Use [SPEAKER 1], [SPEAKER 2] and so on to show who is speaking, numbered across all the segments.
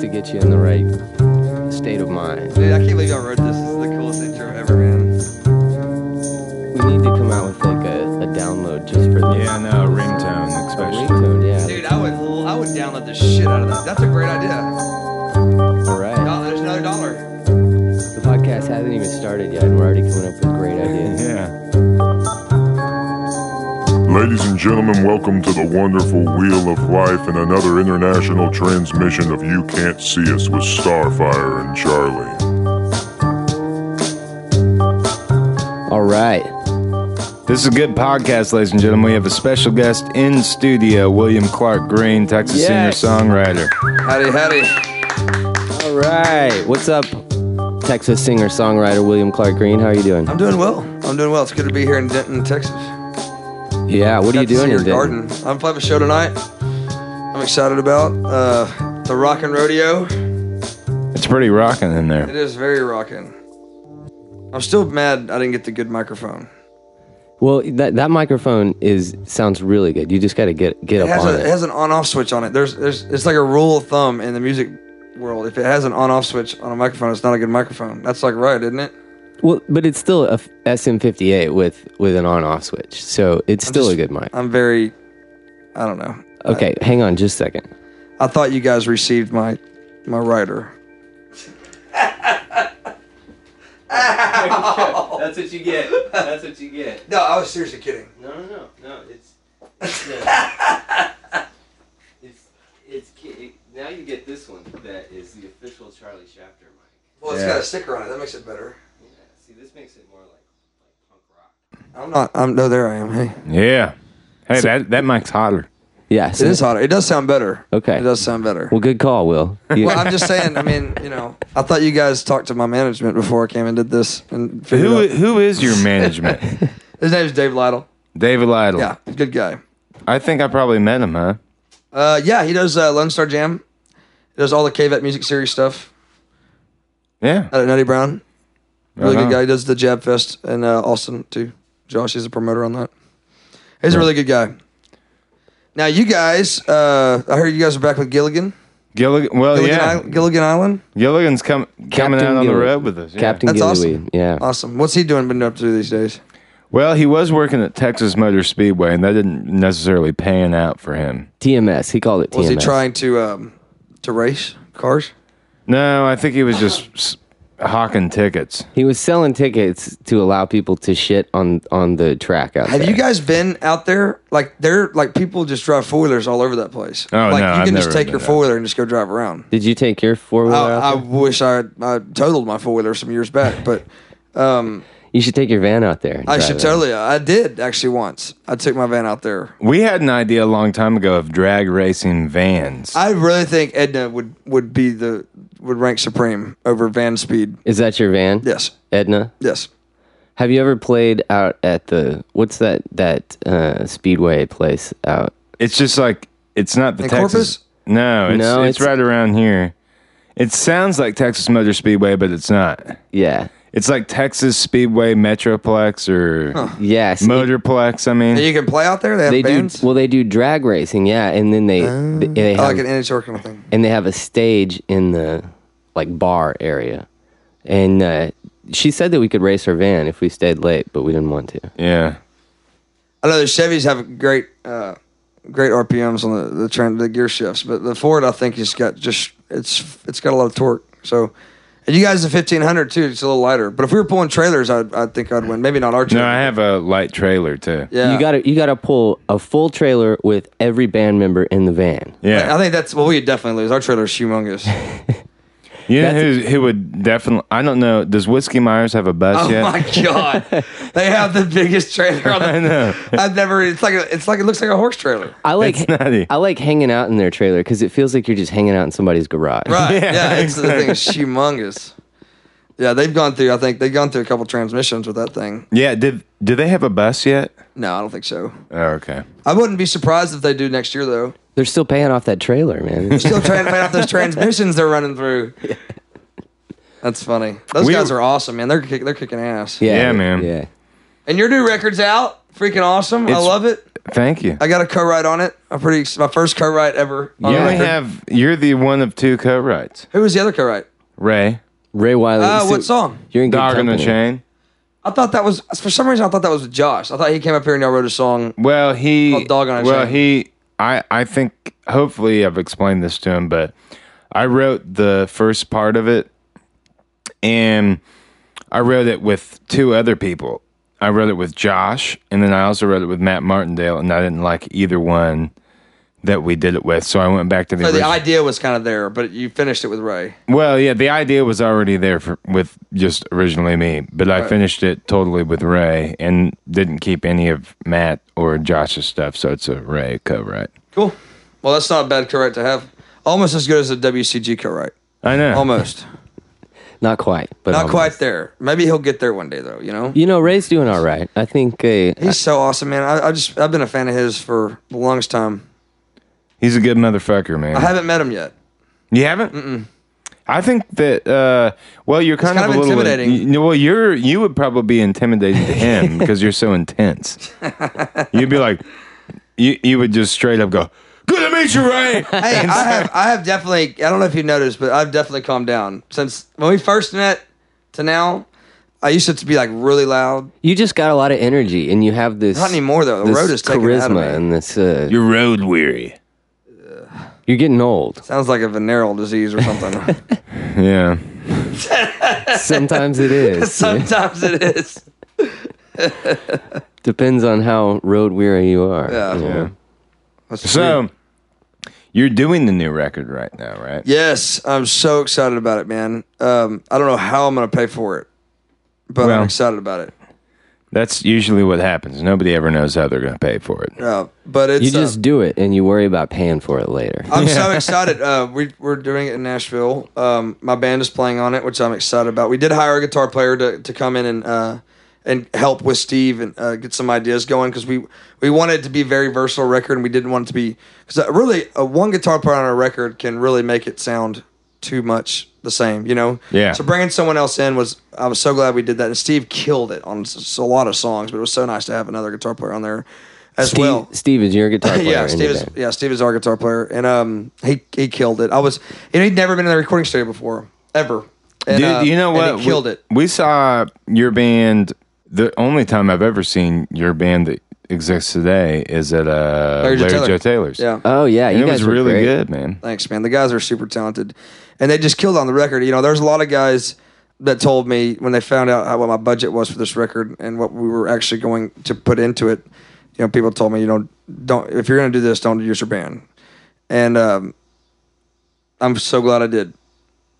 [SPEAKER 1] to get you in the right state of mind.
[SPEAKER 2] Dude, I can't believe I wrote this. This is the coolest intro ever, man.
[SPEAKER 1] We need to come out with like a, a download just for this.
[SPEAKER 3] Yeah, no, ringtone
[SPEAKER 1] A
[SPEAKER 3] especially.
[SPEAKER 1] ringtone, yeah.
[SPEAKER 2] Dude, I would, I would download the shit out of that. That's a great idea.
[SPEAKER 1] All right.
[SPEAKER 2] Dollar, there's another dollar.
[SPEAKER 1] The podcast hasn't even started yet, and we're already coming up with great ideas.
[SPEAKER 3] Yeah.
[SPEAKER 4] Ladies and gentlemen, welcome to the wonderful Wheel of Life and another international transmission of You Can't See Us with Starfire and Charlie.
[SPEAKER 1] All right.
[SPEAKER 3] This is a good podcast, ladies and gentlemen. We have a special guest in studio, William Clark Green, Texas
[SPEAKER 1] Yes.
[SPEAKER 3] singer-songwriter.
[SPEAKER 2] Howdy, howdy.
[SPEAKER 1] All right. What's up, Texas singer songwriter William Clark Green? How are you doing?
[SPEAKER 2] I'm doing well. I'm doing well. It's good to be here in Denton, Texas.
[SPEAKER 1] Yeah. What are you
[SPEAKER 2] Got to see
[SPEAKER 1] doing
[SPEAKER 2] your
[SPEAKER 1] in Denton?
[SPEAKER 2] garden? I'm playing a show tonight. I'm excited about uh, the Rockin' Rodeo.
[SPEAKER 3] It's pretty rocking in
[SPEAKER 2] It
[SPEAKER 3] there.
[SPEAKER 2] is very rockin'. I'm still mad I didn't get the good microphone.
[SPEAKER 1] Well, that that microphone is sounds really good. You just got to get get
[SPEAKER 2] It
[SPEAKER 1] up
[SPEAKER 2] has,
[SPEAKER 1] on
[SPEAKER 2] a, it
[SPEAKER 1] it.
[SPEAKER 2] has an on-off switch on it. There's, there's, it's like a rule of thumb in the music world. If it has an on-off switch on a microphone, it's not a good microphone. That's like right, isn't it?
[SPEAKER 1] Well, but it's still a SM58 with with an on off switch, so it's still
[SPEAKER 2] just-
[SPEAKER 1] a good mic.
[SPEAKER 2] I'm very, I don't know.
[SPEAKER 1] Okay, hang on just a second.
[SPEAKER 2] I thought you guys received my, my rider.
[SPEAKER 1] That's what you get. That's what you get.
[SPEAKER 2] No, I was seriously kidding.
[SPEAKER 1] No, no, no, no. It's it's it's now you get this one that is the official Charlie Shafter mic.
[SPEAKER 2] Well,
[SPEAKER 3] Yeah.
[SPEAKER 2] sticker on it. That makes it better.
[SPEAKER 1] Yeah. See, this makes it more like like punk rock.
[SPEAKER 2] I'm not. I'm no. There I am. Hey,
[SPEAKER 3] Yeah. Hey, that that mic's hotter.
[SPEAKER 1] Yeah.
[SPEAKER 2] it is hotter. It does sound better.
[SPEAKER 1] Okay.
[SPEAKER 2] It does sound better.
[SPEAKER 1] Well, good call, Will. You-
[SPEAKER 2] Well, I'm just saying. I mean, you know, I thought you guys talked to my management before I came and did this. And figured
[SPEAKER 3] Who
[SPEAKER 2] out-
[SPEAKER 3] who is your management?
[SPEAKER 2] his name's Dave Lytle.
[SPEAKER 3] David Lytle.
[SPEAKER 2] Yeah, good guy.
[SPEAKER 3] I think I probably met him, huh?
[SPEAKER 2] Uh, yeah, he does uh, Lone Star Jam. He does all the Cave at Music Series stuff
[SPEAKER 3] Yeah.
[SPEAKER 2] out at Nutty Brown. Really
[SPEAKER 3] Uh-huh.
[SPEAKER 2] good guy. He does the Jab Fest in uh, Austin too. Josh is a promoter on that. He's a really good guy. Now you guys, uh, I heard you guys are back with Gilligan.
[SPEAKER 3] Gilligan. Well,
[SPEAKER 2] Gilligan,
[SPEAKER 3] Oh, yeah.
[SPEAKER 2] Island, Gilligan Island.
[SPEAKER 3] Gilligan's com- coming out on the
[SPEAKER 1] Gilligan.
[SPEAKER 3] road with us. yeah.
[SPEAKER 1] Captain
[SPEAKER 2] That's
[SPEAKER 1] Gillyweed.
[SPEAKER 2] awesome.
[SPEAKER 1] Yeah.
[SPEAKER 2] Awesome. What's he doing? Been up to these days?
[SPEAKER 3] Well, he was working at Texas Motor Speedway, and that didn't necessarily pan out for him.
[SPEAKER 1] TMS. He called it TMS.
[SPEAKER 2] Was he trying to um, to race cars?
[SPEAKER 3] No, I think he was just s- hawking tickets.
[SPEAKER 1] He was selling tickets to allow people to shit on on the track out
[SPEAKER 2] Have
[SPEAKER 1] there.
[SPEAKER 2] you guys been out there? Like they're like people just drive four wheelers all over that place.
[SPEAKER 3] Oh,
[SPEAKER 2] like
[SPEAKER 3] no,
[SPEAKER 2] you
[SPEAKER 3] I've
[SPEAKER 2] can just
[SPEAKER 3] never
[SPEAKER 2] take
[SPEAKER 3] been
[SPEAKER 2] your
[SPEAKER 3] out.
[SPEAKER 2] four wheeler and just go drive around.
[SPEAKER 1] Did you take your four wheeler?
[SPEAKER 2] I, I wish I I totaled my four wheeler some years back, but
[SPEAKER 1] you should take your van out there. and
[SPEAKER 2] I
[SPEAKER 1] drive
[SPEAKER 2] should
[SPEAKER 1] it.
[SPEAKER 2] totally. I did actually once. I took my van out there.
[SPEAKER 3] We had an idea a long time ago of drag racing vans.
[SPEAKER 2] I really think Edna would would be the would rank supreme over van speed.
[SPEAKER 1] Is that your van?
[SPEAKER 2] Yes,
[SPEAKER 1] Edna.
[SPEAKER 2] yes.
[SPEAKER 1] Have you ever played out at the what's that that uh, speedway place out?
[SPEAKER 3] it's just like it's not the
[SPEAKER 2] In
[SPEAKER 3] Texas.
[SPEAKER 2] Corpus?
[SPEAKER 3] No, it's,
[SPEAKER 1] No,
[SPEAKER 3] it's,
[SPEAKER 1] it's-
[SPEAKER 3] right around here. It sounds like Texas Motor Speedway, but it's not.
[SPEAKER 1] Yeah.
[SPEAKER 3] It's like Texas Speedway Metroplex or
[SPEAKER 1] Yes.
[SPEAKER 3] Motorplex. I mean,
[SPEAKER 2] And you can play out there. They have
[SPEAKER 1] they do
[SPEAKER 2] bands.
[SPEAKER 1] well. They do drag racing. Yeah, and then they they- they
[SPEAKER 2] Oh. I
[SPEAKER 1] have,
[SPEAKER 2] like an NHR kind of thing.
[SPEAKER 1] and they have a stage in the like bar area, and uh, she said that we could race her van if we stayed late, but we didn't want to.
[SPEAKER 3] yeah.
[SPEAKER 2] I know the Chevys have great, uh, great RPMs on the the, trend, the gear shifts, but the Ford I think has got just it's it's got a lot of torque. So, and you guys the fifteen hundred too. It's a little lighter. But if we were pulling trailers, I'd I think I'd win. Maybe not our
[SPEAKER 3] No,
[SPEAKER 2] trailer.
[SPEAKER 3] I have a light trailer too.
[SPEAKER 2] yeah.
[SPEAKER 1] You gotta you gotta pull a full trailer with every band member in the van.
[SPEAKER 3] Yeah.
[SPEAKER 2] I think that's well. We could definitely lose. Our trailer's humongous.
[SPEAKER 3] You know who, who would definitely? I don't know. Does Whiskey Myers have a bus
[SPEAKER 2] Oh
[SPEAKER 3] yet?
[SPEAKER 2] my god, they have the biggest trailer. On the,
[SPEAKER 3] I know.
[SPEAKER 2] I've never. It's like a, it's like it looks like a horse trailer.
[SPEAKER 1] I like
[SPEAKER 3] It's nutty.
[SPEAKER 1] I like hanging out in their trailer because it feels like you're just hanging out in somebody's garage.
[SPEAKER 2] Right. Yeah. it's, the thing is humongous. Yeah, they've gone through. I think they've gone through a couple transmissions with that thing.
[SPEAKER 3] Yeah. Did do they have a bus yet?
[SPEAKER 2] No, I don't think so.
[SPEAKER 3] Oh, okay.
[SPEAKER 2] I wouldn't be surprised if they do next year, though.
[SPEAKER 1] They're still paying off that trailer, man.
[SPEAKER 2] Still trying to find out those transmissions they're running through. That's funny. Those
[SPEAKER 3] We-
[SPEAKER 2] guys are awesome, man. They're kick, they're kicking ass.
[SPEAKER 3] Yeah, man.
[SPEAKER 1] Yeah.
[SPEAKER 2] And your new record's out. Freaking awesome. I
[SPEAKER 3] It's-
[SPEAKER 2] love it.
[SPEAKER 3] Thank you.
[SPEAKER 2] I Oh, got a co-write on it. I'm pretty ex- my first co-write ever.
[SPEAKER 3] You
[SPEAKER 2] on
[SPEAKER 3] only
[SPEAKER 2] record.
[SPEAKER 3] have you're the one of two co-writes.
[SPEAKER 2] Who was the other co-write?
[SPEAKER 3] Ray,
[SPEAKER 1] Ray Wiley.
[SPEAKER 2] Uh,
[SPEAKER 1] so
[SPEAKER 2] what song?
[SPEAKER 1] You're in good
[SPEAKER 3] Dog on the
[SPEAKER 1] company.
[SPEAKER 3] Chain.
[SPEAKER 2] I thought that was for some reason. I thought that was with Josh. I thought he came up here and y'all wrote a song.
[SPEAKER 3] Well, he
[SPEAKER 2] Called Dog on a
[SPEAKER 3] well
[SPEAKER 2] Chain.
[SPEAKER 3] he I I think hopefully I've explained this to him, but I wrote the first part of it, and I wrote it with two other people. I wrote it with Josh, and then I also wrote it with Matt Martindale, and I didn't like either one that we did it with, so I went back to the.
[SPEAKER 2] So the
[SPEAKER 3] original-
[SPEAKER 2] idea was kind of there, but you finished it with Ray.
[SPEAKER 3] Well, yeah, the idea was already there for, with just originally me, but I finished it totally with Ray and didn't keep any of Matt or Josh's stuff, so it's a Ray co-write.
[SPEAKER 2] Cool. Well, that's not a bad co-write to have. Almost as good as a WCG co-write.
[SPEAKER 3] I know.
[SPEAKER 2] Almost.
[SPEAKER 1] Not quite, but
[SPEAKER 2] Not
[SPEAKER 1] almost.
[SPEAKER 2] quite there. Maybe he'll get there one day, though. You know.
[SPEAKER 1] You know, Ray's doing all right. I think. Uh,
[SPEAKER 2] He's so awesome, man. I, I just I've been a fan of his for the longest time.
[SPEAKER 3] He's a good motherfucker, man.
[SPEAKER 2] I haven't met him yet.
[SPEAKER 3] you haven't? Mm-mm. I think that uh, well, you're kind,
[SPEAKER 2] kind of
[SPEAKER 3] of, a little
[SPEAKER 2] intimidating.
[SPEAKER 3] You, well, you're you would probably be intimidating to him because you're so intense. You'd be like, you you would just straight up go, "Good to meet you, Ray."
[SPEAKER 2] Hey, I have I have definitely I don't know if you noticed, but I've definitely calmed down since when we first met to now. I used to be like really loud.
[SPEAKER 1] you just got a lot of energy, and you have this.
[SPEAKER 2] Not anymore though. The
[SPEAKER 1] this
[SPEAKER 2] road is taking it
[SPEAKER 1] charisma
[SPEAKER 2] out of me.
[SPEAKER 1] and this. Uh, you're,
[SPEAKER 3] you're road weary.
[SPEAKER 1] getting old.
[SPEAKER 2] Sounds like a venereal disease or something.
[SPEAKER 3] Yeah.
[SPEAKER 1] Sometimes it is.
[SPEAKER 2] Sometimes it is.
[SPEAKER 1] Depends on how road weary you are.
[SPEAKER 2] Yeah.
[SPEAKER 1] you know?
[SPEAKER 3] Yeah.
[SPEAKER 2] That's
[SPEAKER 3] So
[SPEAKER 2] weird.
[SPEAKER 3] you're doing the new record right now, right?
[SPEAKER 2] yes, I'm so excited about it, man. Um, I don't know how I'm gonna pay for it, but
[SPEAKER 3] Well.
[SPEAKER 2] I'm excited about it.
[SPEAKER 3] That's usually what happens. Nobody ever knows how they're going to pay for it.
[SPEAKER 2] Uh, but it's
[SPEAKER 1] You
[SPEAKER 2] uh,
[SPEAKER 1] just do it, and you worry about paying for it later.
[SPEAKER 2] I'm so excited. Uh, we, we're doing it in Nashville. Um, my band is playing on it, which I'm excited about. We did hire a guitar player to, to come in and uh, and help with Steve and uh, get some ideas going because we we wanted it to be a very versatile record and we didn't want it to be because really uh, one guitar player on a record can really make it sound too much the same, you know.
[SPEAKER 3] Yeah.
[SPEAKER 2] So bringing someone else in was I was so glad we did that and Steve killed it on s- s- a lot of songs, but it was so nice to have another guitar player on there as
[SPEAKER 1] Steve,
[SPEAKER 2] well
[SPEAKER 1] Steve is your guitar player.
[SPEAKER 2] yeah,
[SPEAKER 1] in
[SPEAKER 2] Steve
[SPEAKER 1] your
[SPEAKER 2] is
[SPEAKER 1] band.
[SPEAKER 2] yeah, Steve is our guitar player, and um, he he killed it. I was, you know, he'd never been in a recording studio before, ever. And,
[SPEAKER 3] Dude,
[SPEAKER 2] uh,
[SPEAKER 3] you know
[SPEAKER 2] and
[SPEAKER 3] what?
[SPEAKER 2] he killed
[SPEAKER 3] we,
[SPEAKER 2] it.
[SPEAKER 3] We saw your band. The only time I've ever seen your band that exists today is at uh, Larry,
[SPEAKER 2] Larry Joe Taylor.
[SPEAKER 3] Joe Taylor's.
[SPEAKER 2] Yeah,
[SPEAKER 1] Oh yeah, you
[SPEAKER 3] And it
[SPEAKER 1] guys
[SPEAKER 3] was
[SPEAKER 1] were
[SPEAKER 3] really
[SPEAKER 1] great.
[SPEAKER 3] good, man.
[SPEAKER 2] thanks, man. The guys are super talented, and they just killed it on the record. You know, there's a lot of guys that told me when they found out how, what my budget was for this record and what we were actually going to put into it. You know, people told me, you know, don't if you're going to do this, don't use your band. And um, I'm so glad I did.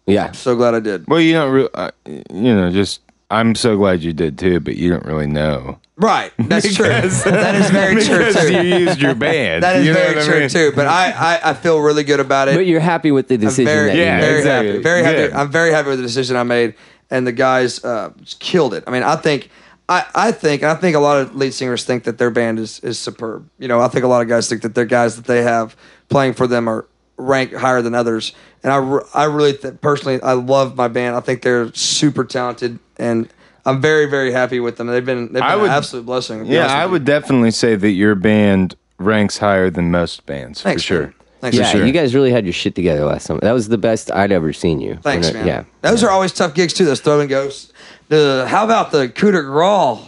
[SPEAKER 1] Yeah,
[SPEAKER 2] So glad I did.
[SPEAKER 3] Well, you don't really, uh, you know, just, I'm so glad you did too, but you don't really know.
[SPEAKER 2] Right, that's true. That is very true.
[SPEAKER 3] Because
[SPEAKER 2] Too.
[SPEAKER 3] you used your band.
[SPEAKER 2] That is
[SPEAKER 3] you know
[SPEAKER 2] very
[SPEAKER 3] what I
[SPEAKER 2] true
[SPEAKER 3] mean?
[SPEAKER 2] too. But I, I, I feel really good about it.
[SPEAKER 1] but you're happy with the
[SPEAKER 2] I'm
[SPEAKER 1] decision.
[SPEAKER 2] very,
[SPEAKER 1] that you
[SPEAKER 3] Yeah,
[SPEAKER 1] made.
[SPEAKER 2] very
[SPEAKER 3] exactly.
[SPEAKER 2] happy. Very happy.
[SPEAKER 3] Good.
[SPEAKER 2] I'm very happy with the decision I made, and the guys uh, just killed it. I mean, I think. I, I think and I think a lot of lead singers think that their band is, is superb. You know, I think a lot of guys think that their guys that they have playing for them are ranked higher than others. And I, re- I really th- personally I love my band. I think they're super talented, and I'm very very happy with them. They've been they've been
[SPEAKER 3] I would-
[SPEAKER 2] an absolute blessing. to be
[SPEAKER 3] Yeah,
[SPEAKER 2] honest with
[SPEAKER 3] I
[SPEAKER 2] you.
[SPEAKER 3] would definitely say that your band ranks higher than most bands
[SPEAKER 2] Thanks,
[SPEAKER 3] for sure.
[SPEAKER 2] man. Thanks,
[SPEAKER 1] yeah,
[SPEAKER 2] man.
[SPEAKER 1] you guys really had your shit together last summer. That was the best I'd ever seen you.
[SPEAKER 2] Thanks,
[SPEAKER 1] When I-
[SPEAKER 2] man.
[SPEAKER 1] Yeah,
[SPEAKER 2] Those are always tough gigs too. Those throw and goes. The how about the coup de grace?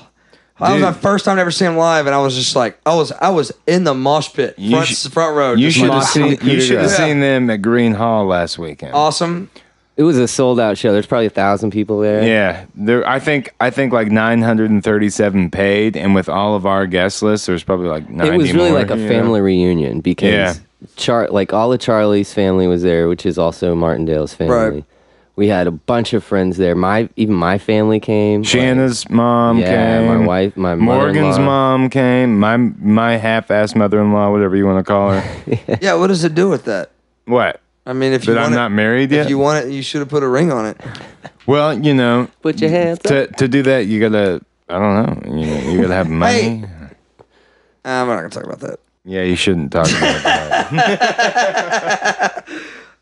[SPEAKER 2] That was
[SPEAKER 3] Dude.
[SPEAKER 2] my first time ever seeing him live, and I was just like, I was, I was in the mosh pit,
[SPEAKER 3] You
[SPEAKER 2] front,
[SPEAKER 3] sh-
[SPEAKER 2] front row.
[SPEAKER 3] You
[SPEAKER 2] just
[SPEAKER 3] should
[SPEAKER 2] like,
[SPEAKER 3] have
[SPEAKER 1] lost
[SPEAKER 3] seen
[SPEAKER 1] the coup
[SPEAKER 3] you
[SPEAKER 1] de
[SPEAKER 3] should have
[SPEAKER 1] grace.
[SPEAKER 3] seen them at Green Hall last weekend.
[SPEAKER 2] awesome.
[SPEAKER 1] it was a sold out show. There's probably a thousand people there.
[SPEAKER 3] Yeah, there. I think I think like 937 paid, and with all of our guest lists, there's probably like 90
[SPEAKER 1] it was really
[SPEAKER 3] more,
[SPEAKER 1] like a
[SPEAKER 3] you know?
[SPEAKER 1] family reunion because
[SPEAKER 3] Yeah.
[SPEAKER 1] Char- like all of Charlie's family was there, which is also Martindale's family.
[SPEAKER 2] Right.
[SPEAKER 1] We had a bunch of friends there. My even my family came. like-
[SPEAKER 3] Shanna's mom
[SPEAKER 1] Yeah,
[SPEAKER 3] came.
[SPEAKER 1] my wife- my
[SPEAKER 3] Morgan's
[SPEAKER 1] mother-in-law.
[SPEAKER 3] mom came. My my half-ass mother-in-law, whatever you want to call her.
[SPEAKER 2] Yeah, what does it do with that?
[SPEAKER 3] what?
[SPEAKER 2] I mean, if you
[SPEAKER 3] That I'm
[SPEAKER 2] want it,
[SPEAKER 3] not married
[SPEAKER 2] if
[SPEAKER 3] yet.
[SPEAKER 2] you want it, you should have put a ring on it.
[SPEAKER 3] well, you know,
[SPEAKER 1] Put your hands up.
[SPEAKER 3] to to do that, you gotta. I don't know. You, you gotta have money.
[SPEAKER 2] I'm not gonna talk about that.
[SPEAKER 3] Yeah, you shouldn't talk about that.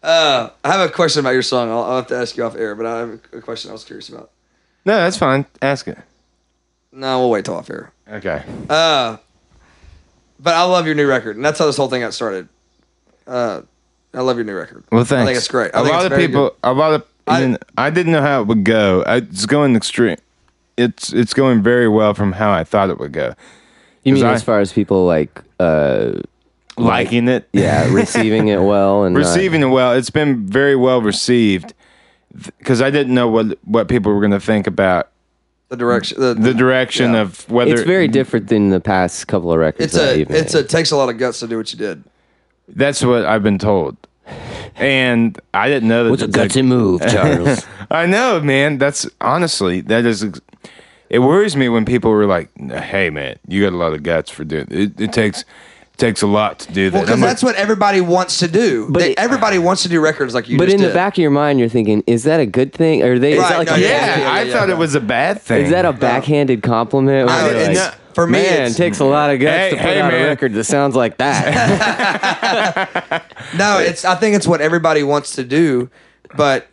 [SPEAKER 2] I have a question about your song. I'll, I'll have to ask you off air, but I have a question I was curious about.
[SPEAKER 3] No, that's fine. Ask it.
[SPEAKER 2] No, we'll wait till off air.
[SPEAKER 3] Okay.
[SPEAKER 2] But I love your new record, and that's how this whole thing got started. Uh, I love your new record.
[SPEAKER 3] Well, thanks.
[SPEAKER 2] I think it's great. I
[SPEAKER 3] A
[SPEAKER 2] think
[SPEAKER 3] lot
[SPEAKER 2] it's
[SPEAKER 3] of
[SPEAKER 2] very
[SPEAKER 3] people.
[SPEAKER 2] good.
[SPEAKER 3] A lot of. I,
[SPEAKER 2] I-
[SPEAKER 3] mean, I didn't know how it would go. I, it's going extreme. It's it's going very well from how I thought it would go.
[SPEAKER 1] You mean
[SPEAKER 3] I-
[SPEAKER 1] as far as people like, uh,
[SPEAKER 3] Liking it,
[SPEAKER 1] yeah, receiving it well and uh, not-
[SPEAKER 3] receiving it well. It's been very well received because I didn't know what what people were going to think about
[SPEAKER 2] the direction. The,
[SPEAKER 3] the direction
[SPEAKER 2] Yeah.
[SPEAKER 3] of whether
[SPEAKER 1] it's very different than the past couple of records.
[SPEAKER 2] it's
[SPEAKER 1] that
[SPEAKER 2] a
[SPEAKER 1] you've made.
[SPEAKER 2] it's a takes a lot of guts to do what you did.
[SPEAKER 3] That's what I've been told, and I didn't know that.
[SPEAKER 1] What's a
[SPEAKER 3] the-
[SPEAKER 1] gutsy move, Charles?
[SPEAKER 3] I know, man. That's honestly that is. ex- It worries me when people were like, "Hey, man, you got a lot of guts for doing it. It takes it takes a lot to do that."
[SPEAKER 2] Well, because
[SPEAKER 3] I'm like,
[SPEAKER 2] that's what everybody wants to do.
[SPEAKER 1] But
[SPEAKER 2] They-
[SPEAKER 1] it-
[SPEAKER 2] everybody wants to do records like you.
[SPEAKER 1] but
[SPEAKER 2] just
[SPEAKER 1] in the
[SPEAKER 2] did.
[SPEAKER 1] back of your mind, you're thinking, is that a good thing? Or they, is
[SPEAKER 2] Right,
[SPEAKER 1] that like
[SPEAKER 2] no,
[SPEAKER 1] a,
[SPEAKER 2] yeah,
[SPEAKER 3] yeah,
[SPEAKER 2] yeah,
[SPEAKER 3] I
[SPEAKER 2] yeah,
[SPEAKER 3] thought
[SPEAKER 2] yeah.
[SPEAKER 3] it was a bad thing.
[SPEAKER 1] is that a backhanded compliment? Where
[SPEAKER 2] I-
[SPEAKER 1] you're
[SPEAKER 2] it's-
[SPEAKER 1] like,
[SPEAKER 2] for me,
[SPEAKER 1] man,
[SPEAKER 2] it's-
[SPEAKER 1] it takes a lot of guts
[SPEAKER 3] Hey,
[SPEAKER 1] to put
[SPEAKER 3] hey,
[SPEAKER 1] out
[SPEAKER 3] man.
[SPEAKER 1] a record that sounds like that.
[SPEAKER 2] no, it's I think it's what everybody wants to do, but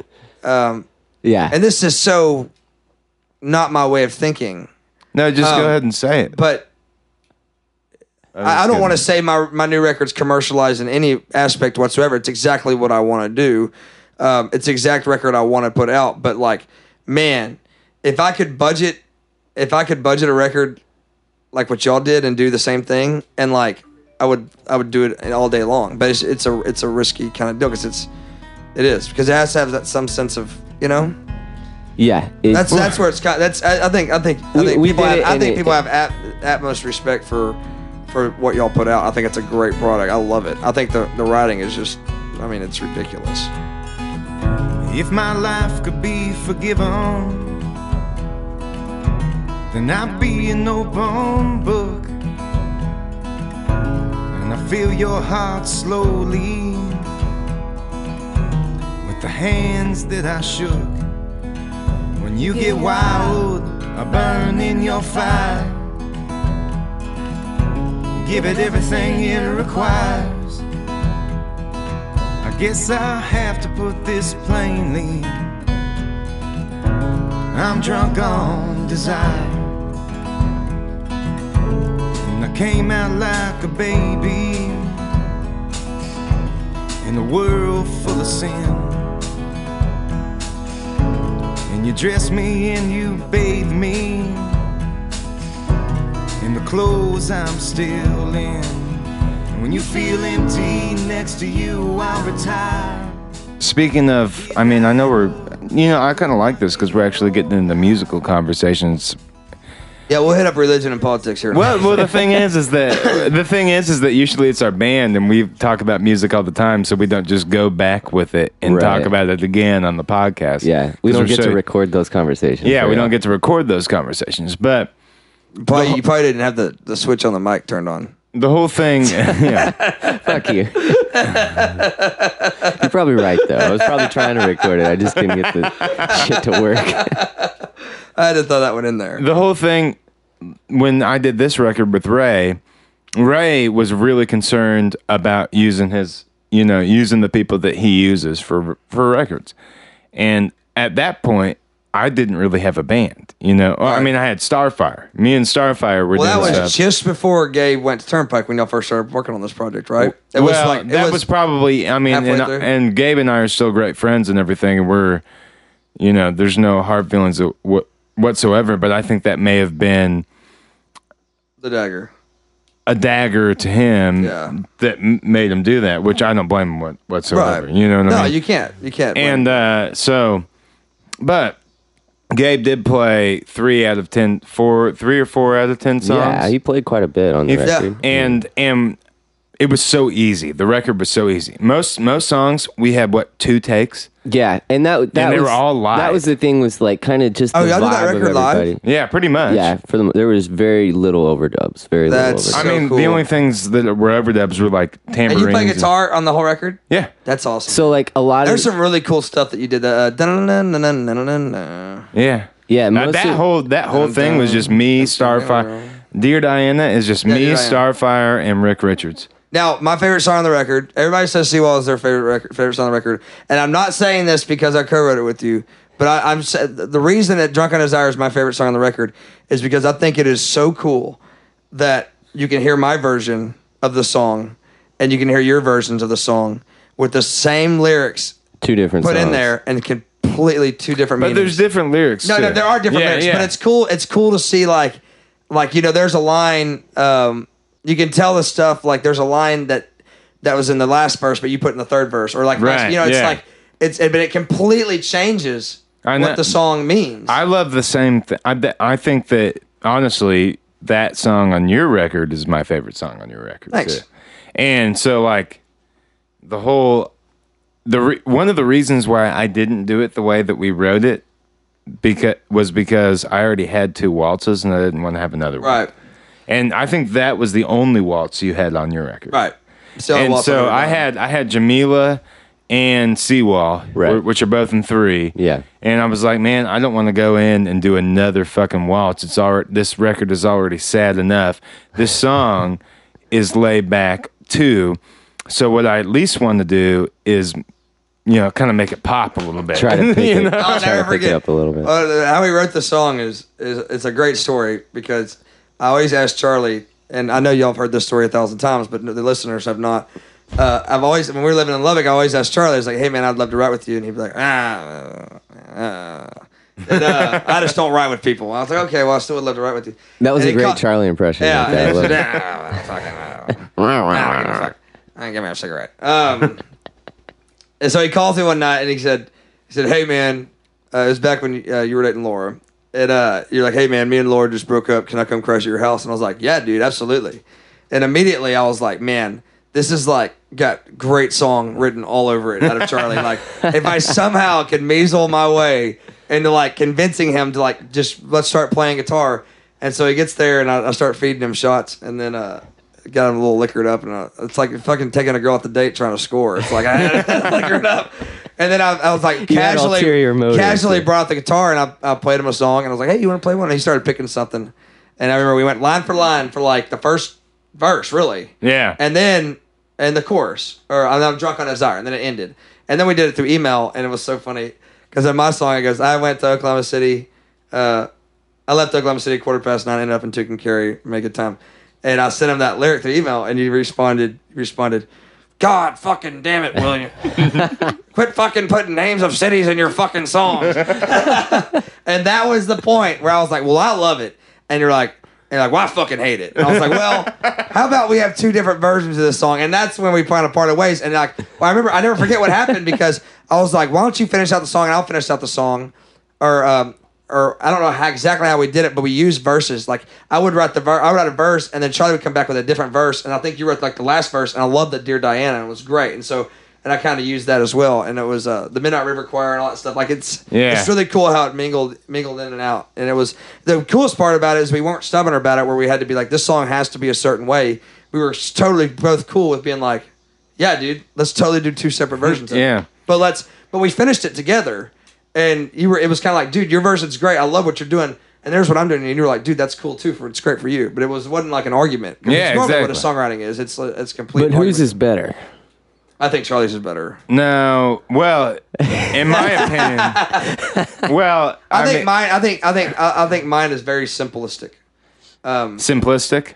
[SPEAKER 2] um,
[SPEAKER 1] yeah,
[SPEAKER 2] and this is so not my way of thinking.
[SPEAKER 3] no? Just
[SPEAKER 2] um,
[SPEAKER 3] go ahead and say it.
[SPEAKER 2] But I, I don't want to say my my new record's commercialized in any aspect whatsoever. It's exactly what I want to do. Um, it's the exact record I want to put out. But like, man, if I could budget, if I could budget a record like what y'all did and do the same thing, and like I would I would do it all day long. But it's it's a it's a risky kind of deal because it's it is because it has to have that some sense of you know
[SPEAKER 1] yeah. It-
[SPEAKER 2] that's that's where it's kind. That's I, I think I think I
[SPEAKER 1] We-
[SPEAKER 2] think
[SPEAKER 1] we
[SPEAKER 2] people
[SPEAKER 1] did
[SPEAKER 2] have,
[SPEAKER 1] it
[SPEAKER 2] I
[SPEAKER 1] and
[SPEAKER 2] think
[SPEAKER 1] it-
[SPEAKER 2] people have at, utmost respect for for what y'all put out. I think it's a great product. I love it. I think the the writing is just. I mean, it's ridiculous.
[SPEAKER 3] If my life could be forgiven, then I'd be an open book. And I feel your heart slowly with the hands that I shook. When you get wild, I burn in your fire. Give it everything it requires. I guess I have to put this plainly. I'm drunk on desire. And I came out like a baby in a world full of sin. And you dress me and you bathe me in the clothes I'm still in. When you feel empty next to you, I'll retire. Speaking of, I mean, I know we're, you know, I kind of like this because we're actually getting into musical conversations.
[SPEAKER 2] Yeah, we'll hit up religion and politics here.
[SPEAKER 3] Well, well, the thing is, is that the thing is, is that usually it's our band, and we talk about music all the time, so we don't just go back with it and talk
[SPEAKER 1] Right.
[SPEAKER 3] about it again on the podcast.
[SPEAKER 1] yeah, we
[SPEAKER 3] 'Cause
[SPEAKER 1] don't
[SPEAKER 3] we're
[SPEAKER 1] get
[SPEAKER 3] so-
[SPEAKER 1] to record those conversations.
[SPEAKER 3] Yeah,
[SPEAKER 1] very
[SPEAKER 3] we don't
[SPEAKER 1] often.
[SPEAKER 3] get to record those conversations, but
[SPEAKER 2] probably, you probably didn't have the, the switch on the mic turned on.
[SPEAKER 3] the whole thing. yeah.
[SPEAKER 1] Fuck you. You're probably right though. I was probably trying to record it. I just didn't get the shit to work.
[SPEAKER 2] I had to throw that one in there.
[SPEAKER 3] the whole thing when I did this record with Ray, Ray was really concerned about using his, you know, using the people that he uses for for records. And at that point, I didn't really have a band, you know. Well, I mean, I had Starfire. Me and Starfire were
[SPEAKER 2] Well,
[SPEAKER 3] doing
[SPEAKER 2] that was
[SPEAKER 3] stuff.
[SPEAKER 2] just before Gabe went to Turnpike when y'all first started working on this project, right? It was
[SPEAKER 3] well,
[SPEAKER 2] like it
[SPEAKER 3] that was, probably. I mean,
[SPEAKER 2] halfway
[SPEAKER 3] and,
[SPEAKER 2] through.
[SPEAKER 3] and Gabe and I are still great friends and everything, and we're, you know, there's no hard feelings wh- whatsoever. But I think that may have been
[SPEAKER 2] the dagger.
[SPEAKER 3] a dagger to him
[SPEAKER 2] Yeah.
[SPEAKER 3] that m- made him do that, which I don't blame him what, whatsoever. You know what
[SPEAKER 2] no,
[SPEAKER 3] I mean?
[SPEAKER 2] you can't. You can't.
[SPEAKER 3] and uh, so, but Gabe did play three out of ten, four, three or four out of ten songs.
[SPEAKER 1] Yeah, he played quite a bit on the
[SPEAKER 3] If-
[SPEAKER 1] record.
[SPEAKER 3] and and it was so easy. The record was so easy. Most most songs we had what two takes.
[SPEAKER 1] Yeah, and that that
[SPEAKER 3] they
[SPEAKER 1] was,
[SPEAKER 3] were all live.
[SPEAKER 1] That was the thing was like kind of just the
[SPEAKER 2] Oh, y'all
[SPEAKER 1] vibe
[SPEAKER 2] did that record
[SPEAKER 1] of
[SPEAKER 2] live?
[SPEAKER 1] everybody.
[SPEAKER 3] Yeah, pretty much.
[SPEAKER 1] Yeah, for the, there was very little overdubs. Very
[SPEAKER 2] That's-
[SPEAKER 1] little.
[SPEAKER 3] I
[SPEAKER 1] Overdubs.
[SPEAKER 2] So
[SPEAKER 3] mean,
[SPEAKER 2] cool.
[SPEAKER 3] the only things that were overdubs were like tambourines.
[SPEAKER 2] and you play guitar on the whole record.
[SPEAKER 3] yeah,
[SPEAKER 2] That's awesome.
[SPEAKER 1] So like a lot
[SPEAKER 2] There's
[SPEAKER 1] of
[SPEAKER 2] some really cool stuff that you did. Uh, dun-dun-dun-dun-dun-dun-dun.
[SPEAKER 3] Yeah.
[SPEAKER 1] Yeah,
[SPEAKER 3] Uh,
[SPEAKER 1] most
[SPEAKER 3] that
[SPEAKER 1] of-
[SPEAKER 3] whole that whole thing was just me, Starfire. Dear Diana is just me,
[SPEAKER 2] Dear Diana.
[SPEAKER 3] Starfire, and Rick Richards.
[SPEAKER 2] now, my favorite song on the record. Everybody says Seawall is their favorite record, favorite song on the record, and I'm not saying this because I co-wrote it with you. But I, I'm sa- the reason that Drunk on Desire is my favorite song on the record is because I think it is so cool that you can hear my version of the song, and you can hear your versions of the song with the same lyrics
[SPEAKER 1] Two different
[SPEAKER 2] put in
[SPEAKER 1] songs.
[SPEAKER 2] there and completely two different
[SPEAKER 3] But
[SPEAKER 2] meanings.
[SPEAKER 3] there's different lyrics.
[SPEAKER 2] No, no,
[SPEAKER 3] too.
[SPEAKER 2] there are different
[SPEAKER 3] Yeah,
[SPEAKER 2] lyrics,
[SPEAKER 3] yeah.
[SPEAKER 2] but it's cool. It's cool to see like, like you know, there's a line. Um, you can tell the stuff like there's a line that that was in the last verse, but you put in the third verse, or like
[SPEAKER 3] Right,
[SPEAKER 2] you know, it's
[SPEAKER 3] yeah.
[SPEAKER 2] like it's but it completely changes
[SPEAKER 3] I know.
[SPEAKER 2] what the song means.
[SPEAKER 3] I love the same thing. I, th- I think that honestly, that song on your record is my favorite song on your record.
[SPEAKER 2] Thanks.
[SPEAKER 3] too. And so, like, the whole the re- one of the reasons why I didn't do it the way that we wrote it because was because I already had two waltzes and I didn't want to have another one.
[SPEAKER 2] right,
[SPEAKER 3] And I think that was the only waltz you had on your record.
[SPEAKER 2] right. So
[SPEAKER 3] And
[SPEAKER 2] well,
[SPEAKER 3] so I had I had Jamila and Seawall,
[SPEAKER 1] Right.
[SPEAKER 3] wh- which are both in three.
[SPEAKER 1] Yeah.
[SPEAKER 3] And I was like, man, I don't want to go in and do another fucking waltz. It's already this record is already sad enough. This song is laid back too. So what I at least want to do is, you know, kind of make it pop a little bit.
[SPEAKER 1] Try to pick
[SPEAKER 3] You
[SPEAKER 1] it.
[SPEAKER 3] know?
[SPEAKER 2] I'll
[SPEAKER 1] try to
[SPEAKER 2] never
[SPEAKER 1] pick
[SPEAKER 2] forget
[SPEAKER 1] it up a little bit.
[SPEAKER 2] Uh, how he wrote the song is is it's a great story because I always ask Charlie, and I know y'all have heard this story a thousand times, but the listeners have not. Uh, I've always when we were living in Lubbock, I always asked Charlie. I was like, "Hey man, I'd love to write with you," and he'd be like, "Ah." Uh, and, uh, I just don't write with people. I was like, okay, well, I still would love to write with you.
[SPEAKER 1] that was
[SPEAKER 2] And
[SPEAKER 1] a
[SPEAKER 2] he
[SPEAKER 1] great
[SPEAKER 2] called-
[SPEAKER 1] Charlie impression.
[SPEAKER 2] Yeah,
[SPEAKER 1] right there. I
[SPEAKER 2] and
[SPEAKER 1] love
[SPEAKER 2] it's-
[SPEAKER 1] it.
[SPEAKER 2] "Ah, fucking, ah." I don't give a fuck. I ain't give me a cigarette. Um, and so he calls me one night and he said, he said, hey man, uh, it was back when uh, you were dating Laura, and uh, you're like, hey man, me and Laura just broke up. Can I come crash at your house? And I was like, yeah, dude, absolutely. And immediately I was like, man, this is like got great song written all over it out of Charlie. like if I somehow could measle my way into like convincing him to like just let's start playing guitar. And so he gets there and I, I start feeding him shots and then uh got him a little liquored up, and uh, it's like fucking taking a girl off the date trying to score. It's like I had liquored up, and then I, I was like
[SPEAKER 1] had
[SPEAKER 2] casually,
[SPEAKER 1] ulterior motives.
[SPEAKER 2] casually brought out the guitar, and I, I played him a song, and I was like, "Hey, you want to play one?" And he started picking something, and I remember we went line for line for like the first verse, really,
[SPEAKER 3] Yeah.
[SPEAKER 2] and then and the chorus, or I'm, I'm drunk on desire, and then it ended, and then we did it through email, and it was so funny because in my song it goes, "I went to Oklahoma City." Uh, I left Oklahoma City quarter past nine, ended up in Tucumcari, make a time. And I sent him that lyric through email, and he responded, he responded, God fucking damn it, William. Quit fucking putting names of cities in your fucking songs. and that was the point where I was like, well, I love it. And you're like, and you're like, well, I fucking hate it. And I was like, well, how about we have two different versions of this song? And that's when we kind of parted ways. And like, well, I remember, I never forget what happened because I was like, why don't you finish out the song and I'll finish out the song, or um, or I don't know how exactly how we did it, but we used verses. Like I would write the ver- I would write a verse, and then Charlie would come back with a different verse. And I think you wrote like the last verse, and I loved that "Dear Diana" and it was great. And so, and I kind of used that as well. And it was uh, the Midnight River Choir and all that stuff. Like it's
[SPEAKER 3] Yeah.
[SPEAKER 2] it's really cool how it mingled mingled in and out. And it was the coolest part about it is we weren't stubborn about it, where we had to be like this song has to be a certain way. We were s- totally both cool with being like, yeah, dude, let's totally do two separate versions. of it."
[SPEAKER 3] Yeah.
[SPEAKER 2] But let's but we finished it together and you were it was kinda like, dude, your version's great. I love what you're doing. And there's what I'm doing, and you were like, dude, that's cool too. For it's great for you, but it was wasn't like an argument. 'Cause
[SPEAKER 3] Yeah,
[SPEAKER 2] it's normally What a
[SPEAKER 3] exactly.
[SPEAKER 2] songwriting is, it's it's complete.
[SPEAKER 1] But whose
[SPEAKER 2] argument.
[SPEAKER 1] is better?
[SPEAKER 2] I think Charlie's is better.
[SPEAKER 3] No. Well, in my opinion, well,
[SPEAKER 2] I, think
[SPEAKER 3] mean-
[SPEAKER 2] mine. I think I think I, I think mine is very simplistic.
[SPEAKER 3] simplistic.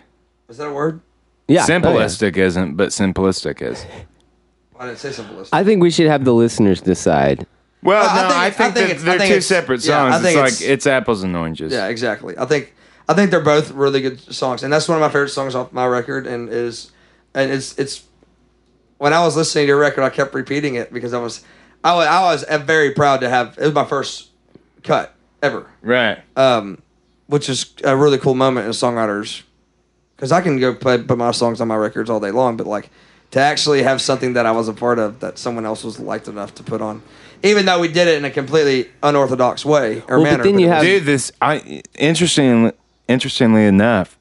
[SPEAKER 2] Is that a word?
[SPEAKER 1] Yeah. oh, yeah.
[SPEAKER 3] Simplistic isn't, but simplistic is.
[SPEAKER 2] I didn't say simplistic.
[SPEAKER 1] I think we should have the listeners decide.
[SPEAKER 3] Well,
[SPEAKER 2] Well, I
[SPEAKER 3] no,
[SPEAKER 2] think-
[SPEAKER 3] I
[SPEAKER 2] I
[SPEAKER 3] think,
[SPEAKER 2] think it's-
[SPEAKER 3] that they're
[SPEAKER 2] I think
[SPEAKER 3] two
[SPEAKER 2] it's-
[SPEAKER 3] separate
[SPEAKER 2] yeah, I
[SPEAKER 3] songs.
[SPEAKER 2] think
[SPEAKER 3] it's,
[SPEAKER 2] it's-
[SPEAKER 3] like it's apples and oranges.
[SPEAKER 2] Yeah, exactly. I think I think they're both really good songs, and that's one of my favorite songs off my record. And is and it's it's when I was listening to your record, I kept repeating it because I was I was, I was uh, very proud to have it was my first cut ever,
[SPEAKER 3] Right.
[SPEAKER 2] Um, which is a really cool moment in songwriters because I can go play, put my songs on my records all day long, but like to actually have something that I was a part of that someone else was liked enough to put on, even though we did it in a completely unorthodox way or
[SPEAKER 1] Well, but
[SPEAKER 2] manner.
[SPEAKER 1] then
[SPEAKER 2] it
[SPEAKER 1] you
[SPEAKER 2] was-
[SPEAKER 1] have-
[SPEAKER 3] Dude, this I interesting interestingly enough,